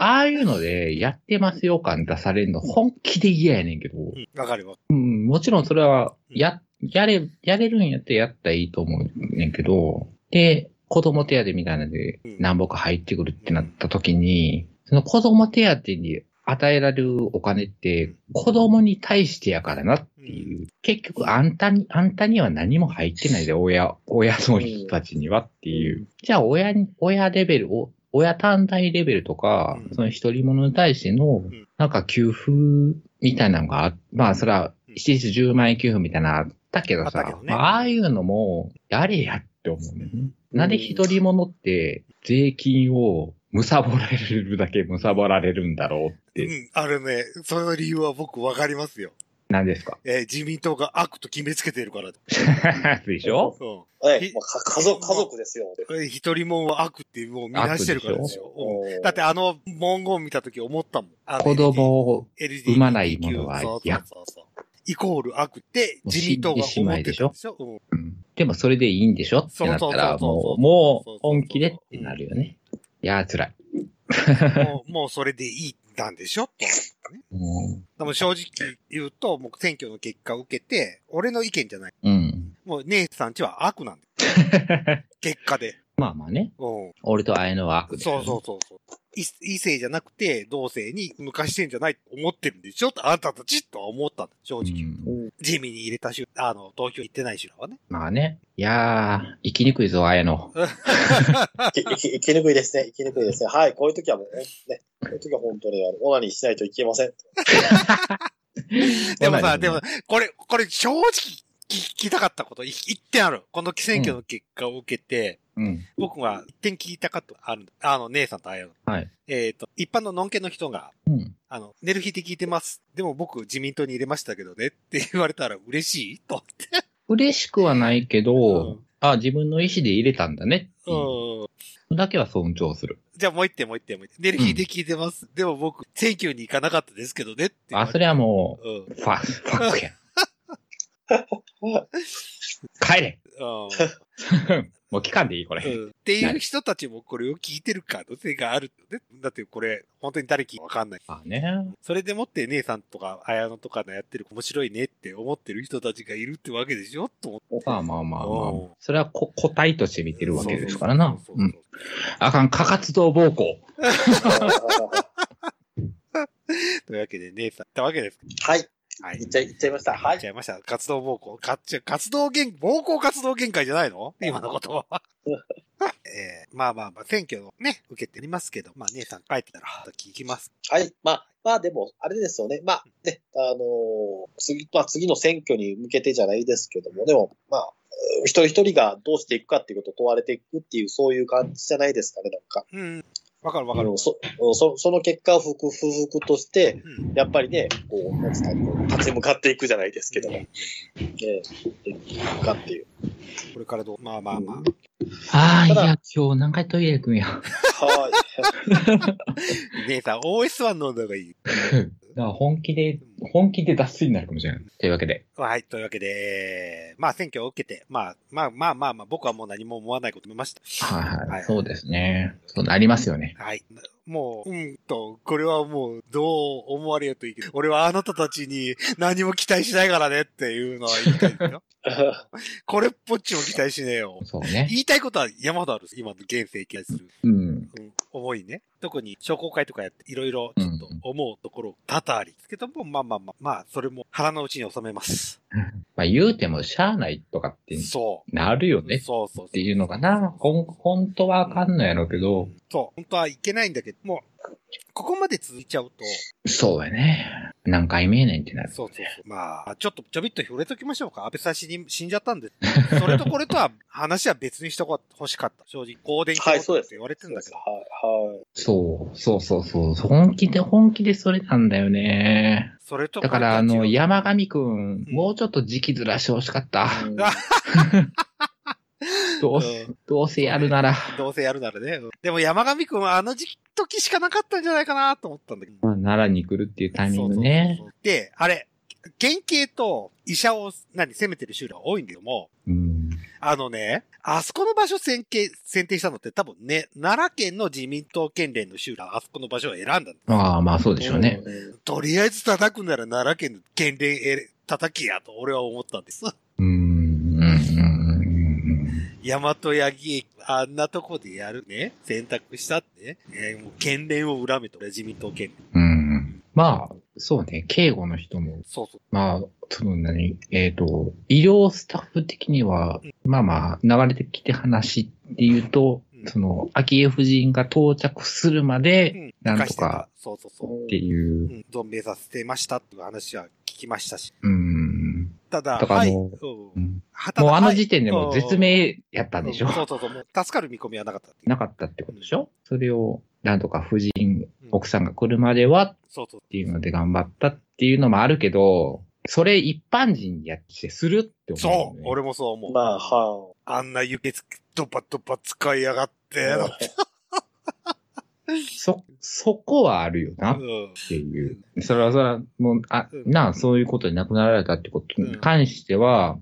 ああいうので、やってますよ感出されるの本気で嫌やねんけど、
うんわかるわ。
うん、もちろんそれは、や、やれ、やれるんやってやったらいいと思うねんけど、で、子供手当みたいなので、
うん
南北入ってくるってなった時に、その子供手当に与えられるお金って、子供に対してやからなっていう、結局あんたに、あんたには何も入ってないで、親、親の人たちにはっていう。じゃあ親に、親レベルを、親単体レベルとか、
うん
その一人者に対しての
ん、
なんか給付みたいなのがあ、まあそれは
うん
一律10万円給付みたいなのあったけど
あった
さ、
けどね
まあああいうのも、やれやって思うね。なんで一人者って税金を貪られるだけ貪られるんだろうっ
う
て、
ん、あれね、その理由は僕わかりますよ。
何ですか
えー自民党が悪と決めつけているからだ。
でしょ
そ
ね
ひ、
まあ、か家族、家族ですよ。
う。えー一人もんは悪ってもう見なしてるからですよ。うん
うん
だってあの文言見たとき思ったもん。あの
子供を
LD
産まないもの
そ
は
うそう
や
そうそうイコール悪って自民党が思ってたんでしょ。うん
うんでもそれでいいんでしょってなった
そうそ
ら、
うそうそう
もう、もう本気でってなるよね。いやー、辛い。
もうもうそれでいいなんでしょと。
うん
でも正直言うと、もう選挙の結果を受けて、俺の意見じゃない。
うん。
もう姉さんちは悪 なんだよ。結果で。
まあまあね。
うん。
俺と綾野は悪だよ
そう
ね
そうそうそう。異異性じゃなくて、同性に向かしてんじゃないと思ってるんでしょとあなたたちとは思ったんだ正直。
うん
地味に入れたし、あの、投票行ってないしらはね。
まあね。いやー、生きにくいぞ、綾野。
い生き、生きにくいですね。生きにくいですね。はい、こういう時はもう、ね、こういう時は本当に、あの、オナニーしないといけま せん。
でも
そうなん
さ、で
ですよ
も、これ、これ正直聞きたかったこと、い一点ある。この選挙の結果を受けて、
うん。
僕が一点聞きたかったある。あの、姉さんとあやの。
はい。
えっ、と、一般のノンケの人が、
うん。
あの、寝る日で聞いてます。でも僕自民党に入れましたけどねって言われたら嬉しいと。
嬉しくはないけど、
うん
あ、自分の意思で入れたんだね。
う
うん
ん。
だけは尊重する。
じゃあもう一点もう一点もう一点。寝る日で聞いてます。でも僕、選挙に行かなかったですけどねって言わ
あ、
れ
そ
て。
れはも
うん。
う、ファ、ファックや。 帰れ
う
もう期間でいい、これ。
ん。うんっていう人たちもこれを聞いてる可能性があるよね。だってこれ、本当に誰聞いてもわかんない。
まあね。
それでもって姉さんとか綾野とかのやってる面白いねって思ってる人たちがいるってわけでしょと思って。
まあまあまあま
うん
あ。それはこ個体として見てるわけですからな
そ。うそう
う
そ
ん。
うそう
あかん、過活動暴行。
というわけで姉さん、ったわけです。
はい、
はい
いっ。ちゃい、いっちゃいました。は
言っ
い
ち。ゃいました。活動暴行。かっちゃ活動限、暴行活動限界じゃないの今のことは。 えー、まあまあまあ、選挙のね、受けてりますけど、まあ姉さん帰ってたら、聞きます。
はい。まあ、まあでも、あれですよね。まあ、ね、あのー次、まあ次の選挙に向けてじゃないですけども、でも、まあ、えー一人一人がどうしていくかっていうことを問われていくっていう、そういう感じじゃないですかね、なんか。
うん。わかるわかる。
うんそうんそその結果を不服不服として、
うん。
やっぱりね、こう、なんですかこう立ち向かっていくじゃないですけども、ね、立ち向かっていう。
これからどう、まあまあまあ。
ああ、い
ただ
や、今日何回トイレ行くんや。
はい。
姉さん、OS1 飲んだ方がいい。
だから本気で、本気で脱水になるかもしれない。というわけで。
はい、というわけで、まあ選挙を受けて、まあまあまあまあ、まあ、僕はもう何も思わないこと見ました。
はい、
は
はいい。そうですね。そうなりますよね。
はい。もう、うんと、これはもう、どう思われようといいけど、俺はあなたたちに何も期待しないからねっていうのは言いたいんだよ。これっぽっちも期待しねえよ。
そうね。
言いたいことは山ほどあるんです今の現世に対する、
うん。
うん、思いね。特に商工会とかやって、いろいろちょっと思うところ多々ありですけども、まあまあまあ、まあ、それも腹の内に収めます。
まあ言うてもしゃあないとかって
そ
なるよ
う。
ね。っ
そうそうそう。
ていうのかな。ほん、本当はあかんのやろうけど。
そう。本当はいけないんだけど、もう、ここまで続いちゃうと、
そうやね。何回見えないってなる。
そうそうそう。まあ、ちょっとちょびっと触れときましょうか。安倍さん死に死んじゃったんで。それとこれとは話は別にしてほしかった。正直、公電
はいそう
っ
で
て
す
言われてるんだけど。
はい、はい。
そう、そうそうそう。本気で本気でそれなんだよね。
それとこれ
だ
と
か
は
ら、あの、
違う
山上くん、
うん
もうちょっと時期ずらしてほしかった。
うん
どう
う
せ
ん、
どうせやるなら。
どうせやるならね。うんでも山上くんはあの時時しかなかったんじゃないかなと思ったんだけど。
まあ、奈良に来るっていうタイミングね
そう。そうそうで、あれ、県警と医者を、何、攻めてる州が多いんだけども、
うん。
あのね、あそこの場所選定、選定したのって多分ね、奈良県の自民党県連の州があそこの場所を選んだんだ
まあまあ、そうでしょうね。。
とりあえず叩くなら奈良県の県連え叩きやと俺は思ったんです。
うん、うん、うんうん
大和八木駅、あんなとこでやるね、選択したってね、えーもう県連を恨めと、俺は自民党県連。
うん、うん。まあ、そうね、警護の人も、
そうそう。
まあ、その何、えっ、と、医療スタッフ的には、まあまあ、流れてきて話っていうと、
うん
その、昭恵夫人が到着するまで、
うん。
なん
生
とか
してた。そうそうそう。
っていうう。
ん。存命させてましたっていう話は聞きましたし。
うん。
ただ、
だから
はい。
もう
う
うんん
はただ
もうあの
はい
時点でもう絶命やったんでしょ、
うんそうそうそう。もう助かる見込みはなかったっていう
なかったってことでしょそれを、なんとか夫人、
うん
奥さんが来るまではっ
そうそう。
ていうので頑張ったっていうのもあるけど、それ一般人やってするって思う
そう
んだよね、
俺もそう思う。
まあ、は
あんな輸血、ドバドバ使いやがって。
そ、そこはあるよな
う
っ
ん。
ていう。それはそれは、もう、あ、
うん
なあ、そういうことで亡くなられたってことに関しては、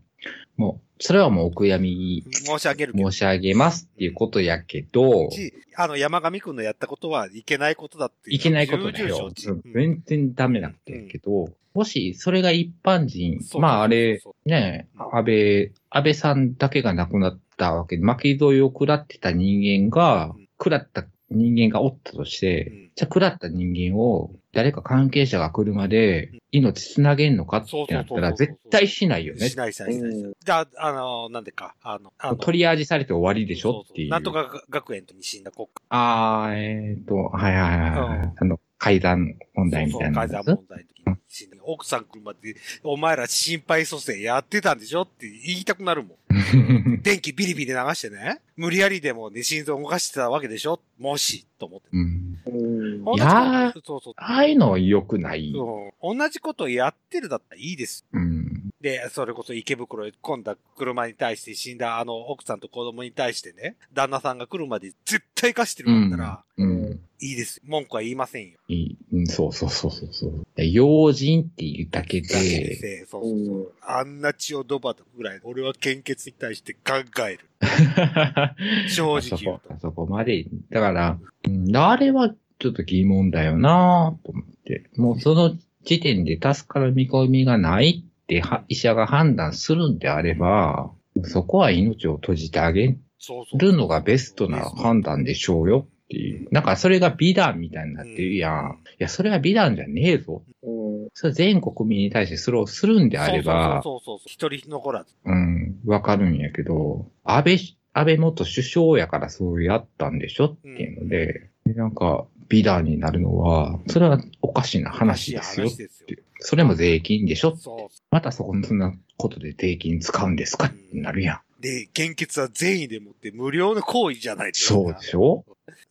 もう、それはもうお悔やみ
申し上げるけど
申。し上げますっていうことやけど、
し、あの、山上くんのやったことはいけないことだっていう。
いけないことだ
重々
よ
承。知
うん
うん
全然ダメだってけど、もしそれが一般人
そう、
まああれ
そう、
ね、安倍、安倍さんだけが亡くなったわけで、巻き添えを食らってた人間が
うん、
食らった人間がおったとし
う
て、
ん
じゃあ食らった人間を誰か関係者が来るまで命つなげんのかってなった
そ
ら
うそうそうそう
絶対しないよね
し。ないしない
い。
しない。
うん
じゃあ、あの、なんでか、あの、あの、
取り味されて終わりでし
そう
ょ
そう
っていう。
なんとか学園とに死んだ国家
あー、えっ、と、はいはいはいは
うん
い。あの、階段問題み
そう
た
そ、
いうな
改
やつ。
ざん問題の時に死んだ。奥さん来るまで、お前ら心配蘇生やってたんでしょって言いたくなるもん。電気ビリビリ流してね、無理やりでもね、心臓動かしてたわけでしょもし、と思って。
うん
うん
同
い
じ
やー
ことそうそう。
ああいうの良くない。
うん同じことやってるだったらいいです。
うん。
で、それこそ池袋へ込んだ車に対して死んだあの奥さんと子供に対してね、旦那さんが来るまで絶対貸してるんだったら、
うん。
いいです。文句は言いませんよ。
いいうん、そうそうそうそうそう。要人っていうだけ
だけで
で、
せそうそ
う
うそ
ん
う。あんな血をドバドバぐらい、俺は献血に対して考える。正
あ
直
そ
言う
こ、
と
あ。そこまで。だから、うん、あれはちょっと疑問だよなぁと思って。もうその時点で助かる見込みがないっては医者が判断するんであれば、そこは命を閉じてあげ
そうそう。
るのがベストな判断でしょうよっていう。なんかそれが美談みたいになってるやん。いや、それは美談じゃねえぞ。
うん
それ全国民に対してそれをするんであれば、
そうそうそうそう。一人残らず。
うん、わかるんやけど、安倍、安倍元首相やからそうやったんでしょっていうので、でなんか、ビダーになるのは、それはおかしな話ですよ
話。ですよ。
それも税金でしょ
そ
またそこのそんなことで税金使うんですかってなるやん。
う。で、献血は善意でもって無料の行為じゃないですか
そうでしょ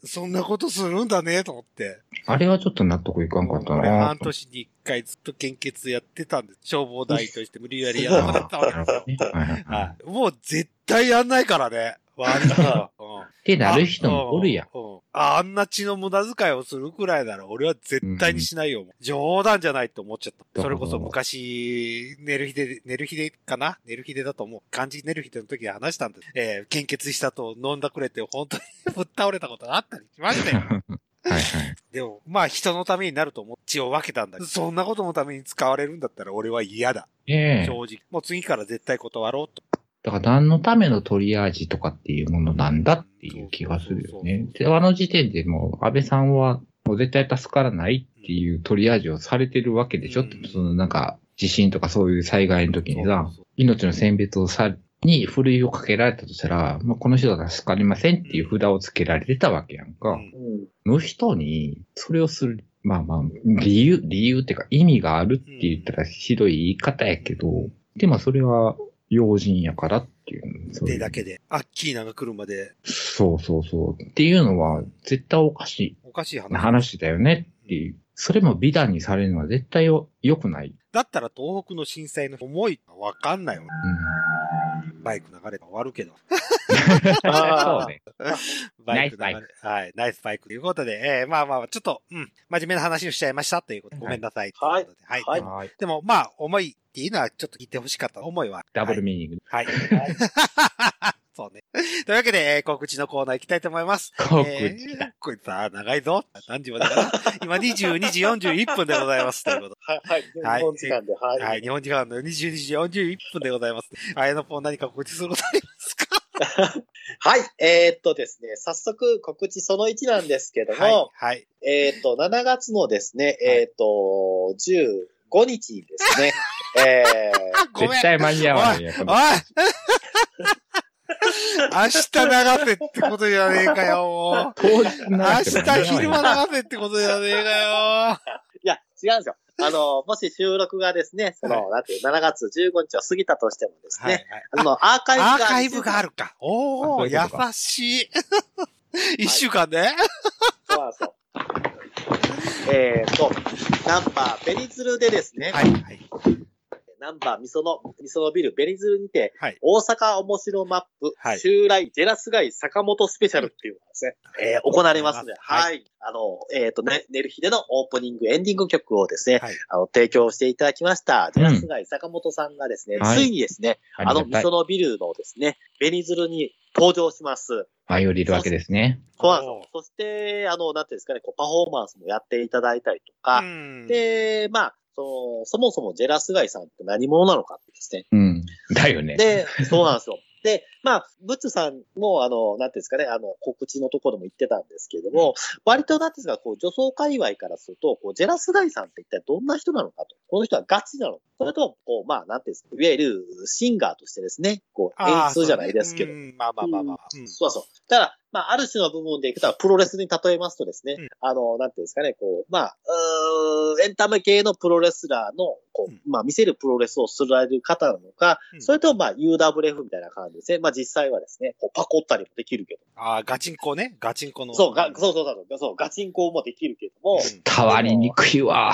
そんなことするんだね、と思って。
あれはちょっと納得いかんかった
俺
な
半。年に一回ずっと献血やってたんです。消 防隊として無理やりやらされたわけですよ。
はいはいはい
はい。もう絶対やんないからね。悪い わ。うん
てなる人もおるやん。
あ,う、うああんな血の無駄遣いをするくらいなら俺は絶対にしないよ。冗談じゃないと思っちゃった。それこそ昔、寝る日で、寝る日でかな寝る日でだと思う。漢字寝る日での時に話したんです。えー献血したと飲んだくれて本当にぶっ倒れたことがあったりしましたよ。
はいはい。
でも、まあ人のためになると思って血を分けたんだけどそんなことのために使われるんだったら俺は嫌だ。
ねえ
正直。もう次から絶対断ろうと。
だから何のためのトリアージとかっていうものなんだっていう気がするよね。で、あの時点でもう安倍さんはもう絶対助からないっていうトリアージをされてるわけでしょ、
うん
そのなんか地震とかそういう災害の時に
そう
さ
そうそう、
命の選別をさ、にふるいをかけられたとしたら、まあ、この人は助かりませんっていう札をつけられてたわけやんか。
うん
うん。
の人に、それをする、まあまあ、理由、理由っていうか意味があるって言ったらひどい言い方やけど、でもそれは用心やからっていう。そうい
で
う
だけで、アッキーナが来るまで
そうそうそう。っていうのは、絶対おかし
おかしい話。
い話だよねっていう。それも美談にされるのは絶対よ良くない。
だったら東北の震災の思いがわかんないよ。バイク流れたら終わるけど。
うん。
あ
そ
ー
うね。
バイク流
ナイ
れ
スバイ
はい、ナイスバイクということで、えー、まあまあ、ちょっと、うん、真面目な話をしちゃいましたということで、ごめんなさい。
はい
とうことではい。
はい
はい。
でも、まあ、思いっていうのはちょっと聞いてほしかった思いは。
ダブル
ミ
ミーニング。
はい。はい、 そうね。というわけで、えー告知のコーナー行きたいと思います。
告
え
知だ
ー、こいつは長いぞ。何時までかな今22時41分でございます。ということで
はい、はい。日本時間で、はい。
はい、日本時間の22時41分でございます。あやのぽん何か告知することありますか
はい。えーっとですね、早速告知その1なんですけども、
はい、はい。
えーっと、7月のですね、
はい
えーっと、15日にで すね、えー、
ごめん
絶。対間に合わないやつ。
おい 明日流せってことじゃねえかよ、もう。
当日
明
な
日昼間流せってことじゃねえかよ。
いや、違うんですよ。あの、もし収録がですね、その、なんていう、7月15日を過ぎたとしてもです
はい、
ね、
はい。
あの、アーカイブが
アーカイブがあるか。お
あそう
お、
い
優
うことか
しい。一週間で、
そうなんですよ。えーっと、ナンバーベリズルでですね、
はい、はい。
ナンバーみその、みそのビルベリズルにて、
はい
大阪面白マップ、
はい
襲来ジェラス街坂本スペシャルっていうのがですね、えー行われますので、
はい
はい。あの、えっ、と、ね、寝る日でのオープニング、エンディング曲をですね、
はい
あの、提供していただきました、ジ
うん
ェラス街坂本さんがですね、
はい
ついにですね、
あ
あの
の
み、そのビルのですね、ベリズルに登場します。
迷いるわけですね。
そうなんですよ
おー
そして、あの、なんていうんですかね、こう、パフォーマンスもやっていただいたりとか、
うん
で、まあ、その、そもそもジェラス街さんって何者なのかってですね、
うん。だよね。
で、そうなんですよ。で、まあ、ブッツさんも、あの、なんていうんですかね、あの、告知のところでも言ってたんですけれども、割となんていうんですか、こう、女装界隈からすると、こう、ジェラスガイさんって一体どんな人なのかと。この人はガチなのか。それと、こう、まあ、なんていうんですか、いわゆるシンガーとしてですね、こう、
あ
演
ー
出じゃないですけ
そ
ど
う。ねうんまあまあまあまあ。うん
そうそう。ただ、まあ、ある種の部分でいくと、プロレスに例えますとですね、
うん
あの、なんていうんですかね、こう、まあ、うーエンタメ系のプロレスラーの、こう、
うん
まあ、見せるプロレスをすられる方なのか、
うん
それとも、まあ、UWF みたいな感じですね。まあ、実際はですね、こうパコったりもできるけ
ああ、ガチンコね。ガチンコの。
ど、そう、が、そうそうそう、そう、ガチンコもできるけども、い
伝わりにくいわ。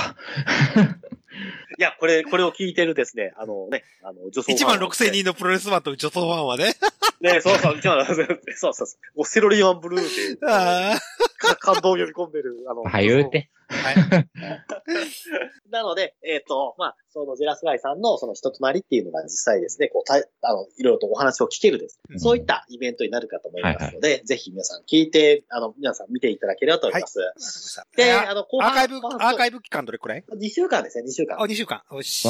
や、これ、これを聞いてるですね、あのね、あの、女装ファン
1万6千人のプロレスマンと女装ファンはね。
ね、そうそう、一番そうそうそう。もう、セロリマンブルーで、
あ
か感動を呼び込んでる、あの、
は言うて。
あ。はい。
なので、えっ、と、まあ、そのジェラスガイさんのその人となりっていうのが実際ですね、こう、たいあの、いろいろとお話を聞けるです、
うん
そういったイベントになるかと思いますので、ぜひ皆さん聞いて、あの、皆さん見ていただければと思います。で、あ
で、
の、後
ア
半
ーカイブ、ア
後半
ーカイブ期間どれくらい
2週間ですね、2週間
あ、。2週間。よし。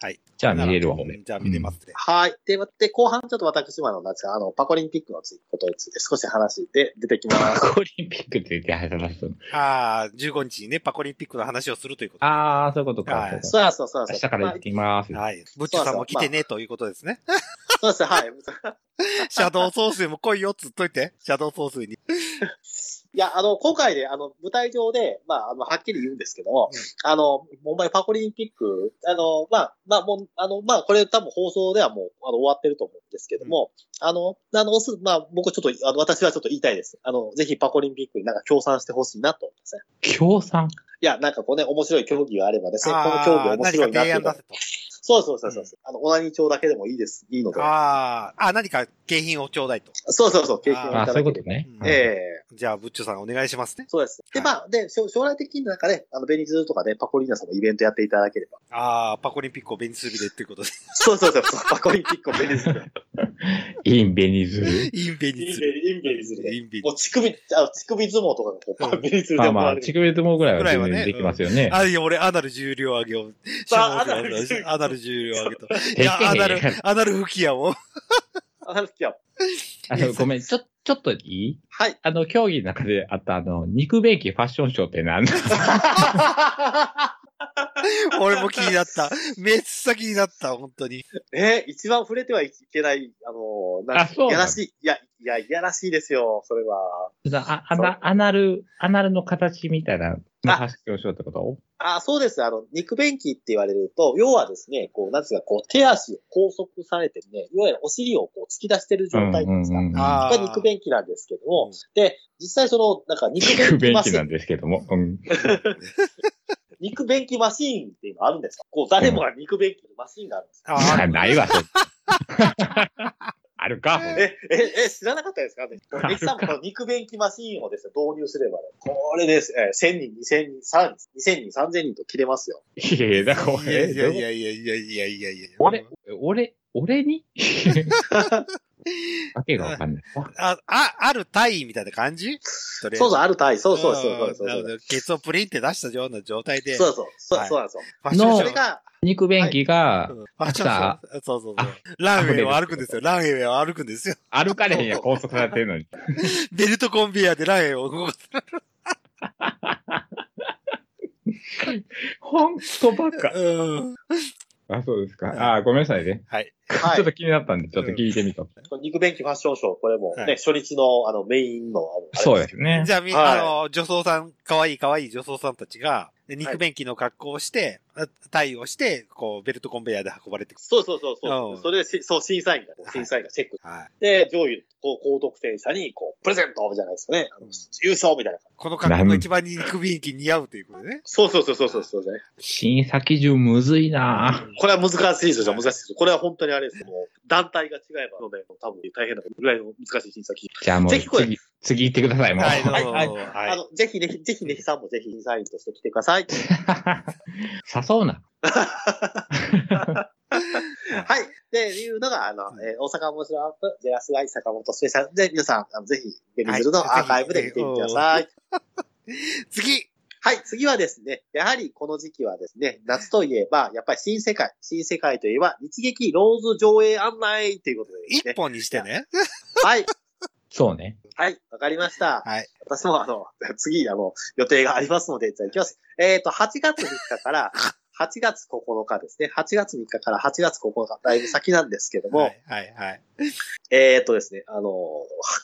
はい。
じゃあ見れるわ、
う
俺
ん。じゃあ見れますね。
はい。で、で、後半ちょっと私もあの、なんですか、あの、パコリンピックのことについて少し話で出てきます。
パコリンピックって言って話すの。
ああ、15日にね、パコリンピックの話をするということ。
あー、そういうこと
は
か
い。
そういうこと
そうそうそうそう。
明日から行ってきます。
はい。ブッチョさんも来てね、ということですね。
そうです、はい。
シャドウ総帥も来いよ、っつっといて。シャドウ総帥 に。
いや、あの、今回で、あの、舞台上で、まあ、あの、はっきり言うんですけども、
うん
あの、もう前パコリンピック、あの、まあ、まあ、もう、あの、まあ、これ多分放送ではもう、あの、終わってると思うんですけども、あの、あの、すまあ、僕ちょっと、あの、私はちょっと言いたいです。あの、ぜひパコリンピックになんか協賛してほしいなと思いますね。
協賛
いや、なんかこうね、面白い競技があればですね、この
あ
競技
あ、
面
何
白
か
いなっ
提
ていう
案
の
出
は
せと。
そうそうそうそう。あの、オナニー帳だけでもいいです。いいので。
ああ、あ、何か景品をちょうだいと。
そうそうそう、経験をい
あ
た
あ、そうい
だ
うこ
け
と
て。
ね。
うん
ええ
じゃあ、ブッチョさんお願いしますね。
そうです。
は
で、
い
まあ、で、将将来的になんかね、あの、ベニズとかで、パコリーナさんのイベントやっていただければ。
ああ、パコリンピックをベニスビでっていうことで。
そうそうそう、そう パコリンピックをベニズル。
インベニズ ル。
インベニスビ。
インベニズルで。
インベ
も
ニ
う乳首、あ乳首相撲とかがこう、
う
パ
ん
コリンピックで
まあ
行
ま
わ
あ、
れ
乳首
る。
相撲ぐらい
ぐ
は全
らいはね
然できますよね。
あ、いや、俺、アナル重量上げを。
あ
アナル
アナル重量
アナル重量上げと。い
へへ
や、アナル、アナル吹き矢を。
あ、なるきは。
あのごめん、ちょ、ちょっといい
はい。
あの、競技の中であった、あの、肉べきファッションショーって何だ
俺も気になった。めっちゃ気になった、本当に。
えー一番触れてはいけない、あのー、なん
あそう
い
なの
やらしい、いや、いや、いやらしいですよ、それは。
あアナアナル、アナルの形みたいな、フ
あ
ァッションショーってこと
あ、そうです。あの、肉便器って言われると、要はですね、こう、なんつうか、こう、手足を拘束されてね、いわゆるお尻をこう突き出してる状態ですか。
うんうんうん
が肉便器なんですけども、で、実際その、なんか肉
肉
便器
べ
マ
き
シ
な
ン
ん、ですけども。うん。
肉便器マシーンっていうのあるんですかこう、誰もが肉便器のマシーンがあるんですか、
あー
ないわ、そっちあるか、ほんと
え、え、え、知らなかったですかねネキさんもこの肉便器マシーンをですね、導入すればね、これです。えー、1000人、2000人、3 2000人、3000人と切れますよ。
いやいや、だか
い
ら俺、
やいやいやいやいやいやいやいや。
俺、俺、俺に わけがわかんない。
あ、あ、ある体位みたいな感じそ
そうそう、
あ
ある単位。そう
る
そうそう。そう
な
そ
る
う
ほ。どケツをプリンって出したような状態で。
そう
う。
そう。そう
はい
そうなんですよ。
ファッションシ
そ
ョ
れ
ー。
が、
肉便器が
うんファッションショー。そうそうそう。ランウェイを歩くんですよ。ランウェイを歩くんですよ。
歩かれへんや、拘束されてるのに。
ベルトコンベヤーでランウェイを動かす。
ほんとばっか。
うん。
あ、そうですか。あーごめんなさいね。
はい。
は
ちょ
い
っと。気になったんで、ちょっと聞いてみた。
肉便器ファッションショー、これもね、
はい
初日のあのメインの、あの、。
そうですすね
じ。ゃあ、み、
はい
あの、女装さん、可愛い可愛い女装さんたちが、で肉便器の格好をして、対応して、こう、ベルトコンベヤーで運ばれてくる。
そうそうそうそう。
うん
それでし、そう、審査員が、審査員がチェックし
はい。
て、上位、こう、高得点者に、こう、プレゼントじゃないですかね。あの優勝みたいな感じ。
この格好が一番肉便器に似合うということでね。
そうそうそうそうそうそう、ね。
審査基準むずいな
これは難しいですよ、難しいですよ。これは本当にあれですよ。もう団体が違えば、ので、多分大変なぐらいの難しい審査基準。
じゃあもう
ぜひこれ
次、次行ってください、もう。
はい、どうぞ。
はいあ
は
の、ぜひね、ぜひね、ひさんもぜひ審査員として来てください。
誘うな。
はい。で、いうのが、あの、えー大阪面白アップ、ジェラスガイ坂本スペシャルで、皆さん、あのぜひ、ベビーズルのアーカイブで見てみてくださ。
はいい。次
はい、次はですね、やはりこの時期はですね、夏といえば、やっぱり新世界、新世界といえば、日劇ローズ上映案内ということでです
一
ね。
本にしてね。
はい、
そうね。
はい、わかりました。
はい。
私もあの、次、あの、予定がありますので、じゃあ行きます。えっ、と、8月3日から、8月9日ですね。8月3日から8月9日、だいぶ先なんですけども、
はい、はい、はい。
えっ、とですね、あの、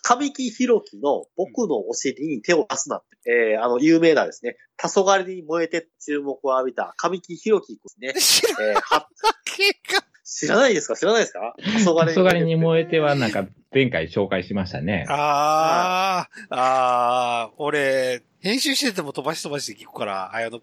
神木弘樹の僕のお尻に手を出すなって、えーあの、有名なですね、黄昏に燃えて注目を浴びた神木弘樹です
知
ね。
らん
えーは
けか。
知らないですか知らないですか黄昏
黄昏に
えて
燃えては、なんか、前回紹介しましたね。
あー、あー、俺、編集してても飛ばし飛ばしで聞くから、あや の、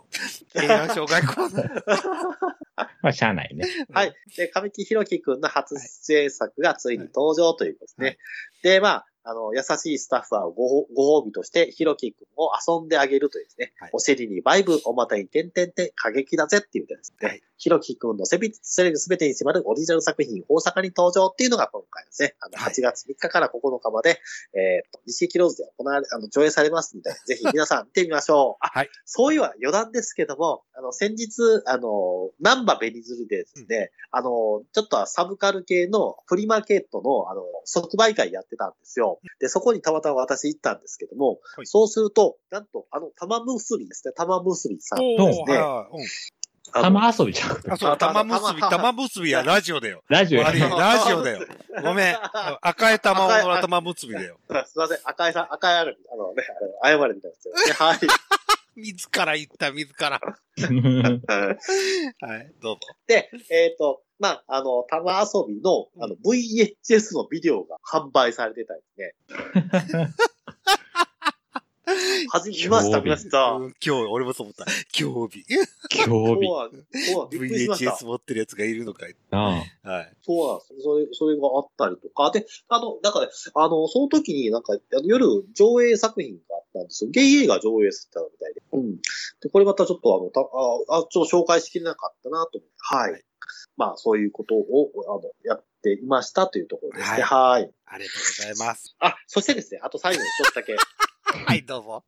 映画紹介コーナー。
まあ、しゃあないね。
はい。で、神木弘樹くんの初出演作がついに登場ということですね。で、まあ、あの、優しいスタッフはごご褒美として、弘樹くんを遊んであげるというですね、
はい
お尻にバイブ、お股に点々点、過激だぜっていうですね、
はい
弘樹くんのせびせるすべてに迫るオリジナル作品、大阪に登場っていうのが今回ですね、あの
はい
8月3日から9日まで、えっ、と、西キローズで行われ、あの、上映されますので、ぜひ皆さん見てみましょ う。あ
はい
そういえば余談ですけども、あの、先日、あの、ナンバベニズルでですね、あの、ちょっとサブカル系のフリーマーケットの、あの、即売会やってたんですよ。で、そこにたまたま私行ったんですけども、
はい
そうすると、なんと、あの、玉結びですね、玉結びさん。
お
どう
ー
も
はいはいうん
あの
玉遊 びじゃん。
あ、そう、玉結び、玉結びはラジオだよ。
ラジオ
悪い、
や
あ
ラジオだよ。 ごめん。赤い玉をの玉結びだよ。
すいません、赤井さん、赤井ある、あのね、あの謝るみたいなんですよね。はい。
自ら言った、自ら。 はい、どうぞ。
で、えっ、と、まあ、あの、玉遊びの、あの、VHS のビデオが販売されてたりね。はじ、見ました、見ました。
うん今日、俺もそう思った。興味。
興味
そうは、そうはびっくりしました。
VHS 持ってるやつがいるのかい。
な
はい。
そうなんです。それ、それがあったりとか。で、あの、なんかね、あの、その時になんか、あの夜上映作品があったんですよ。ゲイ映画上映してたみたいで。うん。で、これまたちょっとあの、たああ、ちょっと紹介しきれなかったなと思って。はい。まあ、そういうことを、あの、やっていましたというところですね。はい。
ありがとうございます。
あ、そしてですね、あと最後に一つだけ。
はい、どうぞ。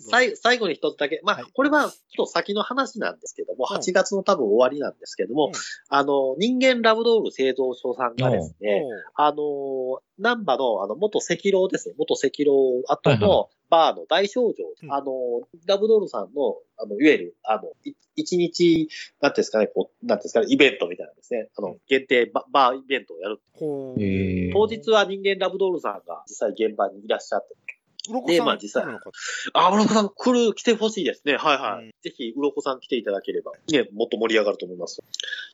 最最後に一つだけ。ま
は
あ
い、
これはちょっと先の話なんですけども、
うん
8月の多分終わりなんですけど
う
も
ん、
あの、人間ラブドール製造所さんがですね、
おう
あのー、南波の、あの、元赤老ですね。元赤老後
はいは
のバーの大少女、
うん
あのー、ダブドールさんの、あの、いわゆる、あの、い一日、なんていうんですかね、こう、なんていうんですかね、イベントみたいなんですね。あ
う
の
ん、
限定ババーイベントをやる。
ほう。
えー
当日は人間ラブドールさんが実際現場にいらっしゃって、
うろこ
で
さん
まあ実際
来るのか
あ、うろこさん来る、来てほしいですね。はいはい。
うん
ぜひ、うろこさん来ていただければ、ね、もっと盛り上がると思います。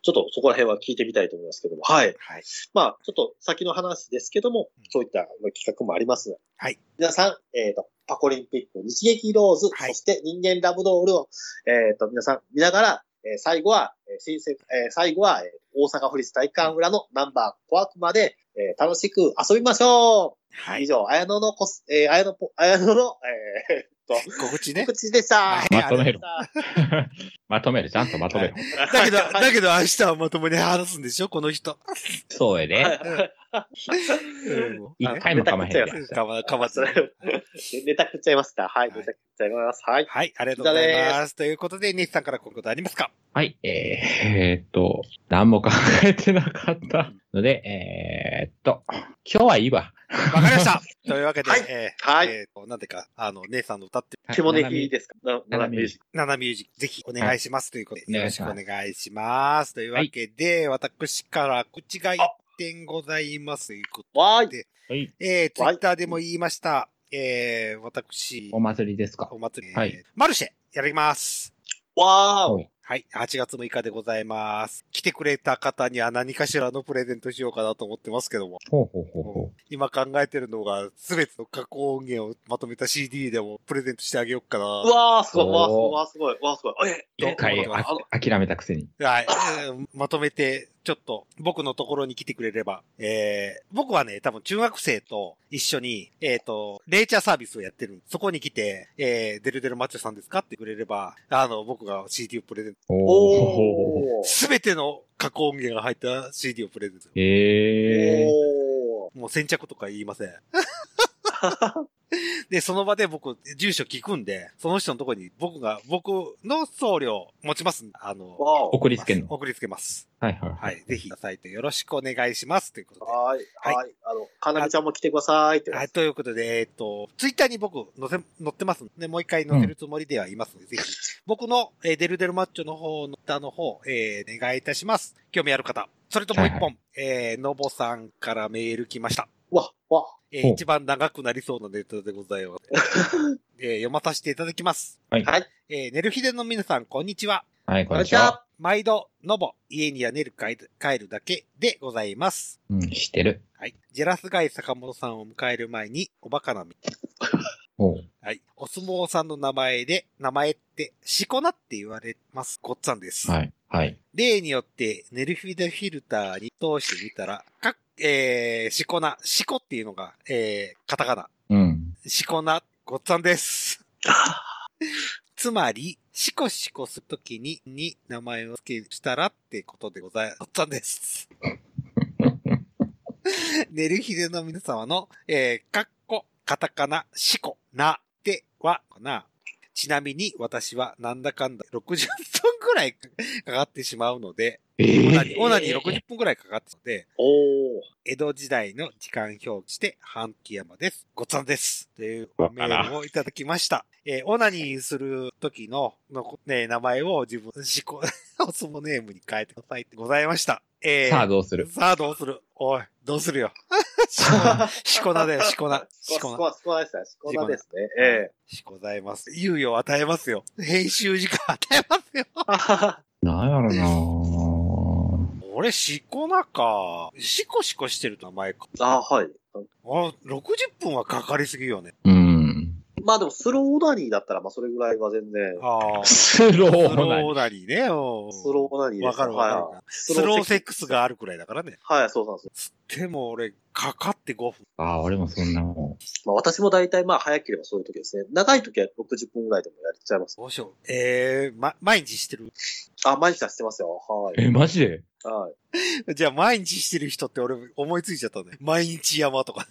ちょっとそこら辺は聞いてみたいと思いますけども、はい。
はい。
まあ、ちょっと先の話ですけども
うん、
そういった企画もあります。
はい。
皆さん、えっ、と、パコリンピック、日劇ローズ、
はい
そして人間ラブドールを、えっ、と、皆さん見ながら、えー最後は、えー新鮮えー最後は、えー大阪府立体育館裏のナンバー小悪魔で、えー楽しく遊びましょう、
は
以
い。
上、綾野のコス、えー、綾野ポ、綾野の、え
告知
ー、
ね
告。知でした。
はい
まとめろ。
あ
まとめる、ちゃんとまとめる。
だけど、だけど明日はまともに話すんでしょこの人。
そうやね。一回もかまへんや
は
かま、かま
そ
ず
れ。ネタ食っちゃいました。はい、ネタ食っちゃいます。はい。
はい、ありがとうございます。ということで、西さんからこういうことありますか
はい、えーえーっと、何も考えてなかったので、えーっと、今日はいいわ。
わかりました というわけで、
はい
えー
はい
えーなんでか、あの、姉さんの歌って、
テモネギですかななな
斜め右
ナナミュージック、ぜひお願いしますということで、
はい
よろしくお願いします。というわけで、私からこっちが一点ございますということ
わーい。
はい。
えー、ツイ
はい
ッターでも言いました。えー、私、
お祭りですか
お。祭り、
はい
えーマルシェ、やります。
わー
はい
お。
はい。8月6日でございます。来てくれた方には何かしらのプレゼントしようかなと思ってますけども。
ほうほうほうほ
今考えてるのが、すべての加工音源をまとめた CD でもプレゼントしてあげようかな。
うわー、すごい、
おー
わーすごい、わーすごい、わーすごい。え、
う。一回
あ
あ
の、
諦めたくせに。
はい。えーまとめて、ちょっと、僕のところに来てくれれば、えー、僕はね、多分中学生と一緒に、えっ、と、レイチャーサービスをやってるんでそこに来て、えー、デルデルマッチョさんですかってくれれば、あの、僕が CD をプレゼント。
おー。
おー。
すべての加工音源が入った CD をプレゼント。
えー。
おー。
もう先着とか言いません。で、その場で僕、住所聞くんで、その人のとこに僕が、僕の送料持ちますんで。あの、
わー。
送りつけんの
送りつけます。
はいはい。
はい。ぜひ、いただいてよろしくお願いします。ということで。
はーい、
はい
はい。あの、かなみちゃんも来てくださいって。
はい、ということで、えっ、と、ツイッターに僕載せ、載ってますんで、もう一回載せるつもりではいますので、ぜひ、僕の、えーデルデルマッチョの方の歌の方、えー、お願いいたします。興味ある方。それともう一本、
は
えー、のぼさんからメール来ました。
わ、わ。
え
ほ
ー
う
一番長くなりそうなネタでございます。えー読まさせていただきます。
はい
はい。
えー、寝る日での皆さん、こんにちは。
はい、こんにち
こんにち
は
は。
毎度、のぼ、家には寝る帰る帰るだけでございます。
うん、知ってる。
はい。ジェラスガイ坂本さんを迎える前に、おバカなみ。
おう。
はい。お相撲さんの名前で、名前って、しこなって言われます。ごっつぁんです。
はい。はい。
例によって、ネルフィデフィルターに通してみたら、かっ、えー、しこな、しこっていうのが、えー、カタカナ。
うん。
しこな、ごっつぁん です。つまり、しこしこするときに、に名前を付けしたらってことでございます。ごっつぁんです。ネルヒデの皆様の、えー、かっこ、カタカナ、しこ、な、で、は、かな。ちなみに、私は、なんだかんだ、60分くらいかかってしまうので、
え
オ
ー
ナに、オナに60分くらいかかってしまうので、
おー。
江戸時代の時間表記して、半木山です。ごっつぁんです。という
わ
メ
からん
ールをいただきました。えーオナニーする時の、の、ね、名前を自分、自己、 お相撲ネームに変えてくださいってございました。えー
さあ、どうする
さあどうするおい、どうする よ。 しこな だよ、しこな。し
し
こ
こ
な。
な、しこなですね。しこなですね。え え。
しこざいます。猶予を与えますよ。編集時間与えますよ。
あはは
なんやろな
俺、しこなか。しこしこしてる名前か。
あ、はい。
あ、60分はかかりすぎよね。
うん。
まあでもスローオナニーだったら、まあそれぐらいは全然、
ああ。ス
ス
ロ
ロー
ー
な。
なりね。うん
スローオナニーで
わ
す
かるわか
は
る
い。。
スローセックスがあるくらいだからね。
はい、そうなんですよ。
つっても俺、かかって5分。
ああ、俺もそんなも
まあ私も大体まあ早ければそういう時ですね。長い時は60分ぐらいでもやれちゃいます。
どうしよう。えー、ま、毎日してる。
あ、毎日はしてますよ。は
ん。え、
い。
マジで
はい。
じゃあ毎日してる人って俺思いついちゃったね。毎日山とか。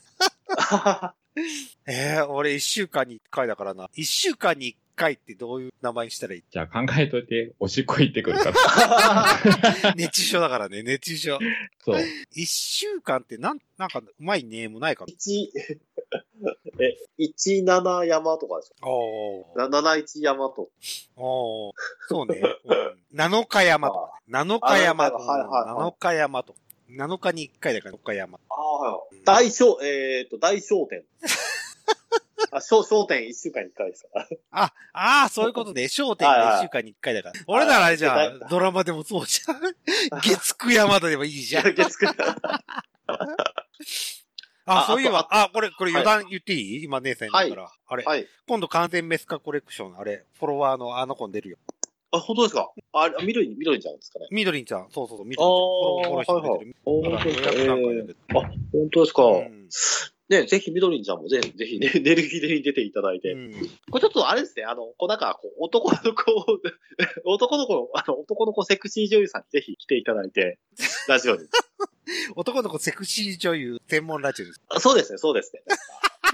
えー、俺1週間に1回だからな。1週間に1回ってどういう名前にしたら いい
じゃあ考えといて、おしっこ行ってく るから。
熱中症だからね、熱中症。
そう。
1週間ってなん、なんかうまいネームないかな。
一、え、 一七山とかです
おー。
よ。な七一山と。
おーそうね。うん、7日山とかね。7日山とか。
はいはいはい
7日山とか。7日に1回だから、7日山。
ああ、はい。大商、えっ、と、大 商店。あ、商、商店一週間に一 回ですから。
あ、ああ、そういう ことね。焦点
はい
が
は
1
い
週間に1回だから。俺ならあれじゃん。ドラマでもそうじゃん。月9山田でもいいじゃ ん。
月九は
あ、
あ
そういえば、あ、これ、これ
はい
余談言っていい今姉さんだから。あれ、
い。
今度完全メスカコレクション、あれ、フォロワーのあの子に出るよ。
あ、本当ですかあ、緑、緑ちゃうんですかね。
みどりんちゃん、そうそうそう、み
あ
どりんちゃん、フォローフォローしてくれてる。だか
本
ら予約段階なんだけど
本当ですか。
うん
ね、ぜひ緑ちゃんもぜひ、ぜひ、ね、寝る日に出ていただいて。
うん
これちょっとあれですね、あの、こうなんかこう、男の子 を、男の子の、あの、男の子セクシー女優さんにぜひ来ていただいて、ラジオに。
男の子セクシー女優専門ラジオです。
あそうですね、そうですね。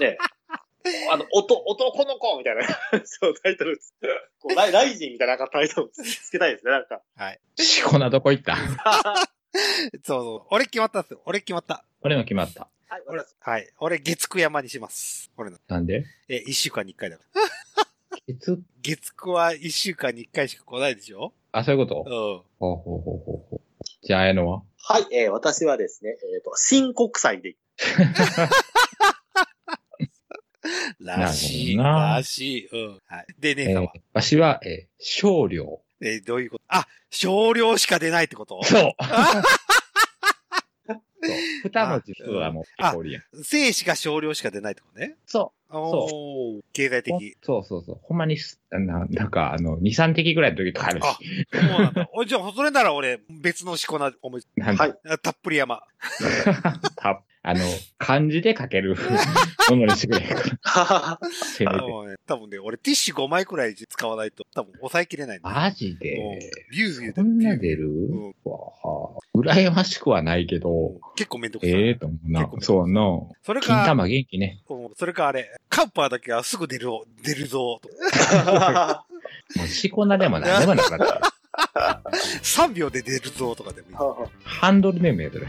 ねあの、おと、男の子みたいな、そう、タイトルつこうライ、ライジンみたいななんかタイトルつけたいですね、なんか。
しこなどこ行った
そうそう。俺決まったっすよ。俺決まった。
俺も決まった。
はい、
俺、はい。俺、月9山にします。これの。
なんで
え、1週間に1回だから。
いつ
月9は1週間に1回しか来ないでしょ
あ、そういうこと
うん。
ほうほうほうほうほう。じゃあ、あやのは
はい、えー私はですね、えっ、と、新国際で、
らしい。
なるほどな
らしい。うん。はい。で、姉
え
さん
ー
は、、
わしは、えー、少量。
えーどういうことあ、少量しか出ないってこと
そう。そう。二文字人はもう
あ
少量やん。
精子が少量しか出ないってことね。
そ
おー。経済
う。ほん
的。
そうそうそう。ほんまにす、ななんか、あの、二、三滴ぐらいの時とかあるし
あ。、そうなんだ。おじゃあ、それなら俺、別のしこな思いつ、
なん
は
か
い
あたっぷり山。
た、あの、漢字で書 けるものにしてくれ。せめ
あ
て。
もうね、多分ね、俺ティッシュ5枚くらい使わないと、多分抑えきれないんだ
マジ
もう
で。
ビュービュー
こん
ビュ
な
ービュー
出る、
うん
わあ羨ましくはないけど、
結構めんどくさい。
ええと思うな
結構。
そうな。
それ
金
か、
玉元気ね。
うんそれかあれ、カッパーだけはすぐ出るぞ、出るぞ、と
もうしこなでもなんでもなかった。
3秒で出るぞ、とかでもいい。
ハンドルネームや ってる。
い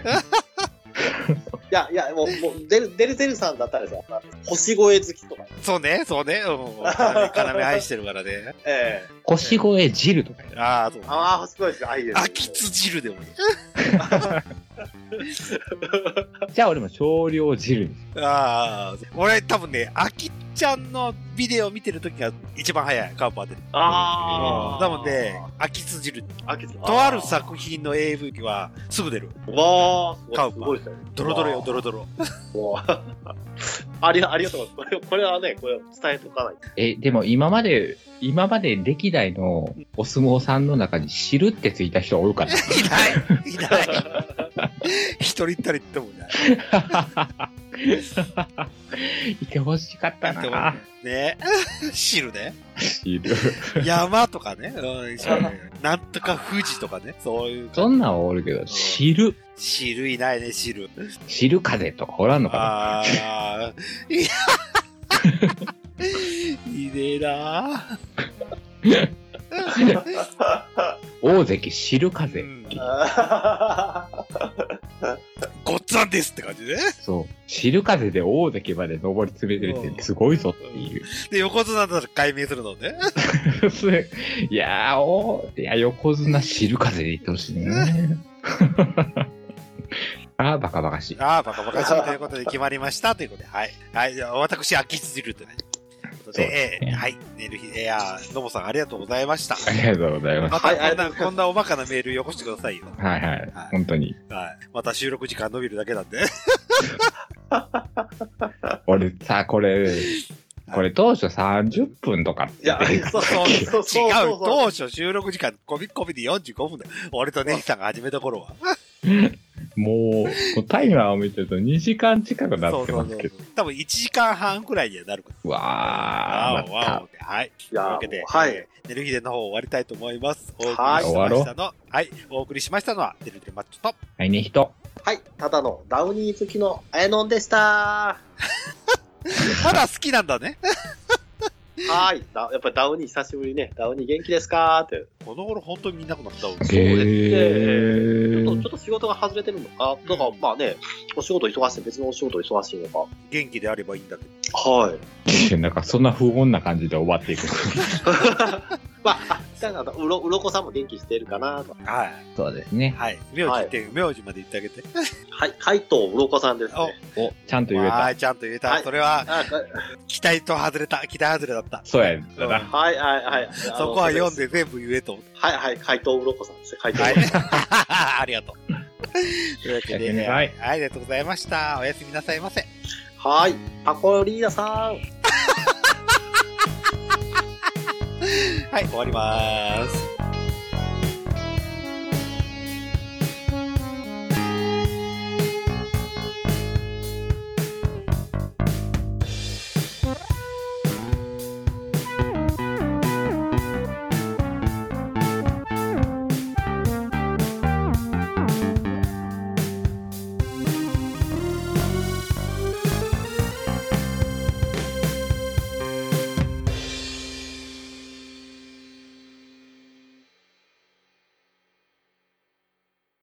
や、いや、もう、もう、デル、デルデルさんだったらですよ、星越え好きとか。
そうね、そうね。うん。要要愛してるからね。
ええ
腰越え汁とかやる。
ああ、そう。
ああ、星越えです。あ、いいです、ね。
秋津汁でもいい。
じゃあ俺も少量汁にする。
ああ、俺多分ね、秋ちゃんのビデオ見てる時が一番早い、カンパーで。
ああ。
なので、秋津汁。
秋津
とある作品の AV はすぐ出る。
わ
カウ
あ、
パ
すごいですね。
ドロドロよ、ドロドロ。
ありありがとうございます。これこれはね、これは伝えとかないと。
え、でも今まで、今まで歴代のお相撲さんの中に汁ってついた人おるかな
いないいない一人行ったりってもいない。
いてほしかったな。
ね汁ね。
汁。
山とかね。うん、そうねなんとか富士とかね。そういう。
そんなんはおるけど、汁。
汁いないね、汁。
汁風とかおらんのかな
ああー、いや、いねえな
大関汁風。
うん
あ
ごっつぁんですって感じで、ね。
そう。汁風で大関まで上り詰めてるってすごいぞっていう。
で、横綱だったら解明するのね。
いやー、おーいや、横綱汁風で言ってほしい ね。あー、バカバカしい。
ああ、バカバカしいということで決まりましたということで。はい。はい。じゃあ、私、秋津汁とね。ということ
そう
で、えーはい。寝る日、えー、あー、のぼさんありがとうございました。
ありがとうございます。
また
はい
こん
ありが
な、こんなおバカなメールよこしてくださいよ。
はいはい。本当に。
はい。また収録時間伸びるだけなんで。
俺さ、これ、これ当初30分とかって
いや、 そうそうそうそう。
違う、当初収録時間、こびこびで45分だよ。俺とネギさんが始めた頃は。
もう、タイマーを見てると2時間近くな
そ
っ
う
て
そ
ま
うそ
す
う
けど。。
多分1時間半くらいにはなるから。
わー、ま
わ
た
お。はい。と
い
いう
やー
わけで
も、うはい
えー。ネルヒデの方終わりたいと思います。お送りし
は
ま
い
したの、はい。お送りしましたのは、てるてるマッチョと、
はいね、人。
はい、ただのダウニー好きのあやのんでした。
まだ好きなんだね。
はい、だやっぱりダウニー久しぶりね、ダウニー元気ですかーって。
この頃本当にみんなくなったわ。
そうですねちょっ
ー
とちょっと仕事が外れてるのか、とか、まあね、お仕事忙しい、別のお仕事忙しいのか。
元気であればいいんだけど。
はい。
なんかそんな不穏な感じで終わっていく。
まあ、あ、だから、うろ、うろこさんも元気してるかなと。
はい。
そうですね。
はい。名字って、名字まで言ってあげて。
はい、海藤うろこさんですね。
お、 ちゃんと言え
は
た。
い、ちゃんと言え
は
た。
い
それは、
あ
期待と外れた。期待外れだった。
そうやった
うん
な。
はい、はい、はい。あの
そこは読ん。で全部言えと思って。
はい、はい、海藤うろこさんですね。海藤う
は
ろ
い
こさ ん。。
ありがとう。というわけで、
は
はいい。ありがとうございました。おやすみなさいませ。
はい、パコリーナさん。
はい、終わりまーす。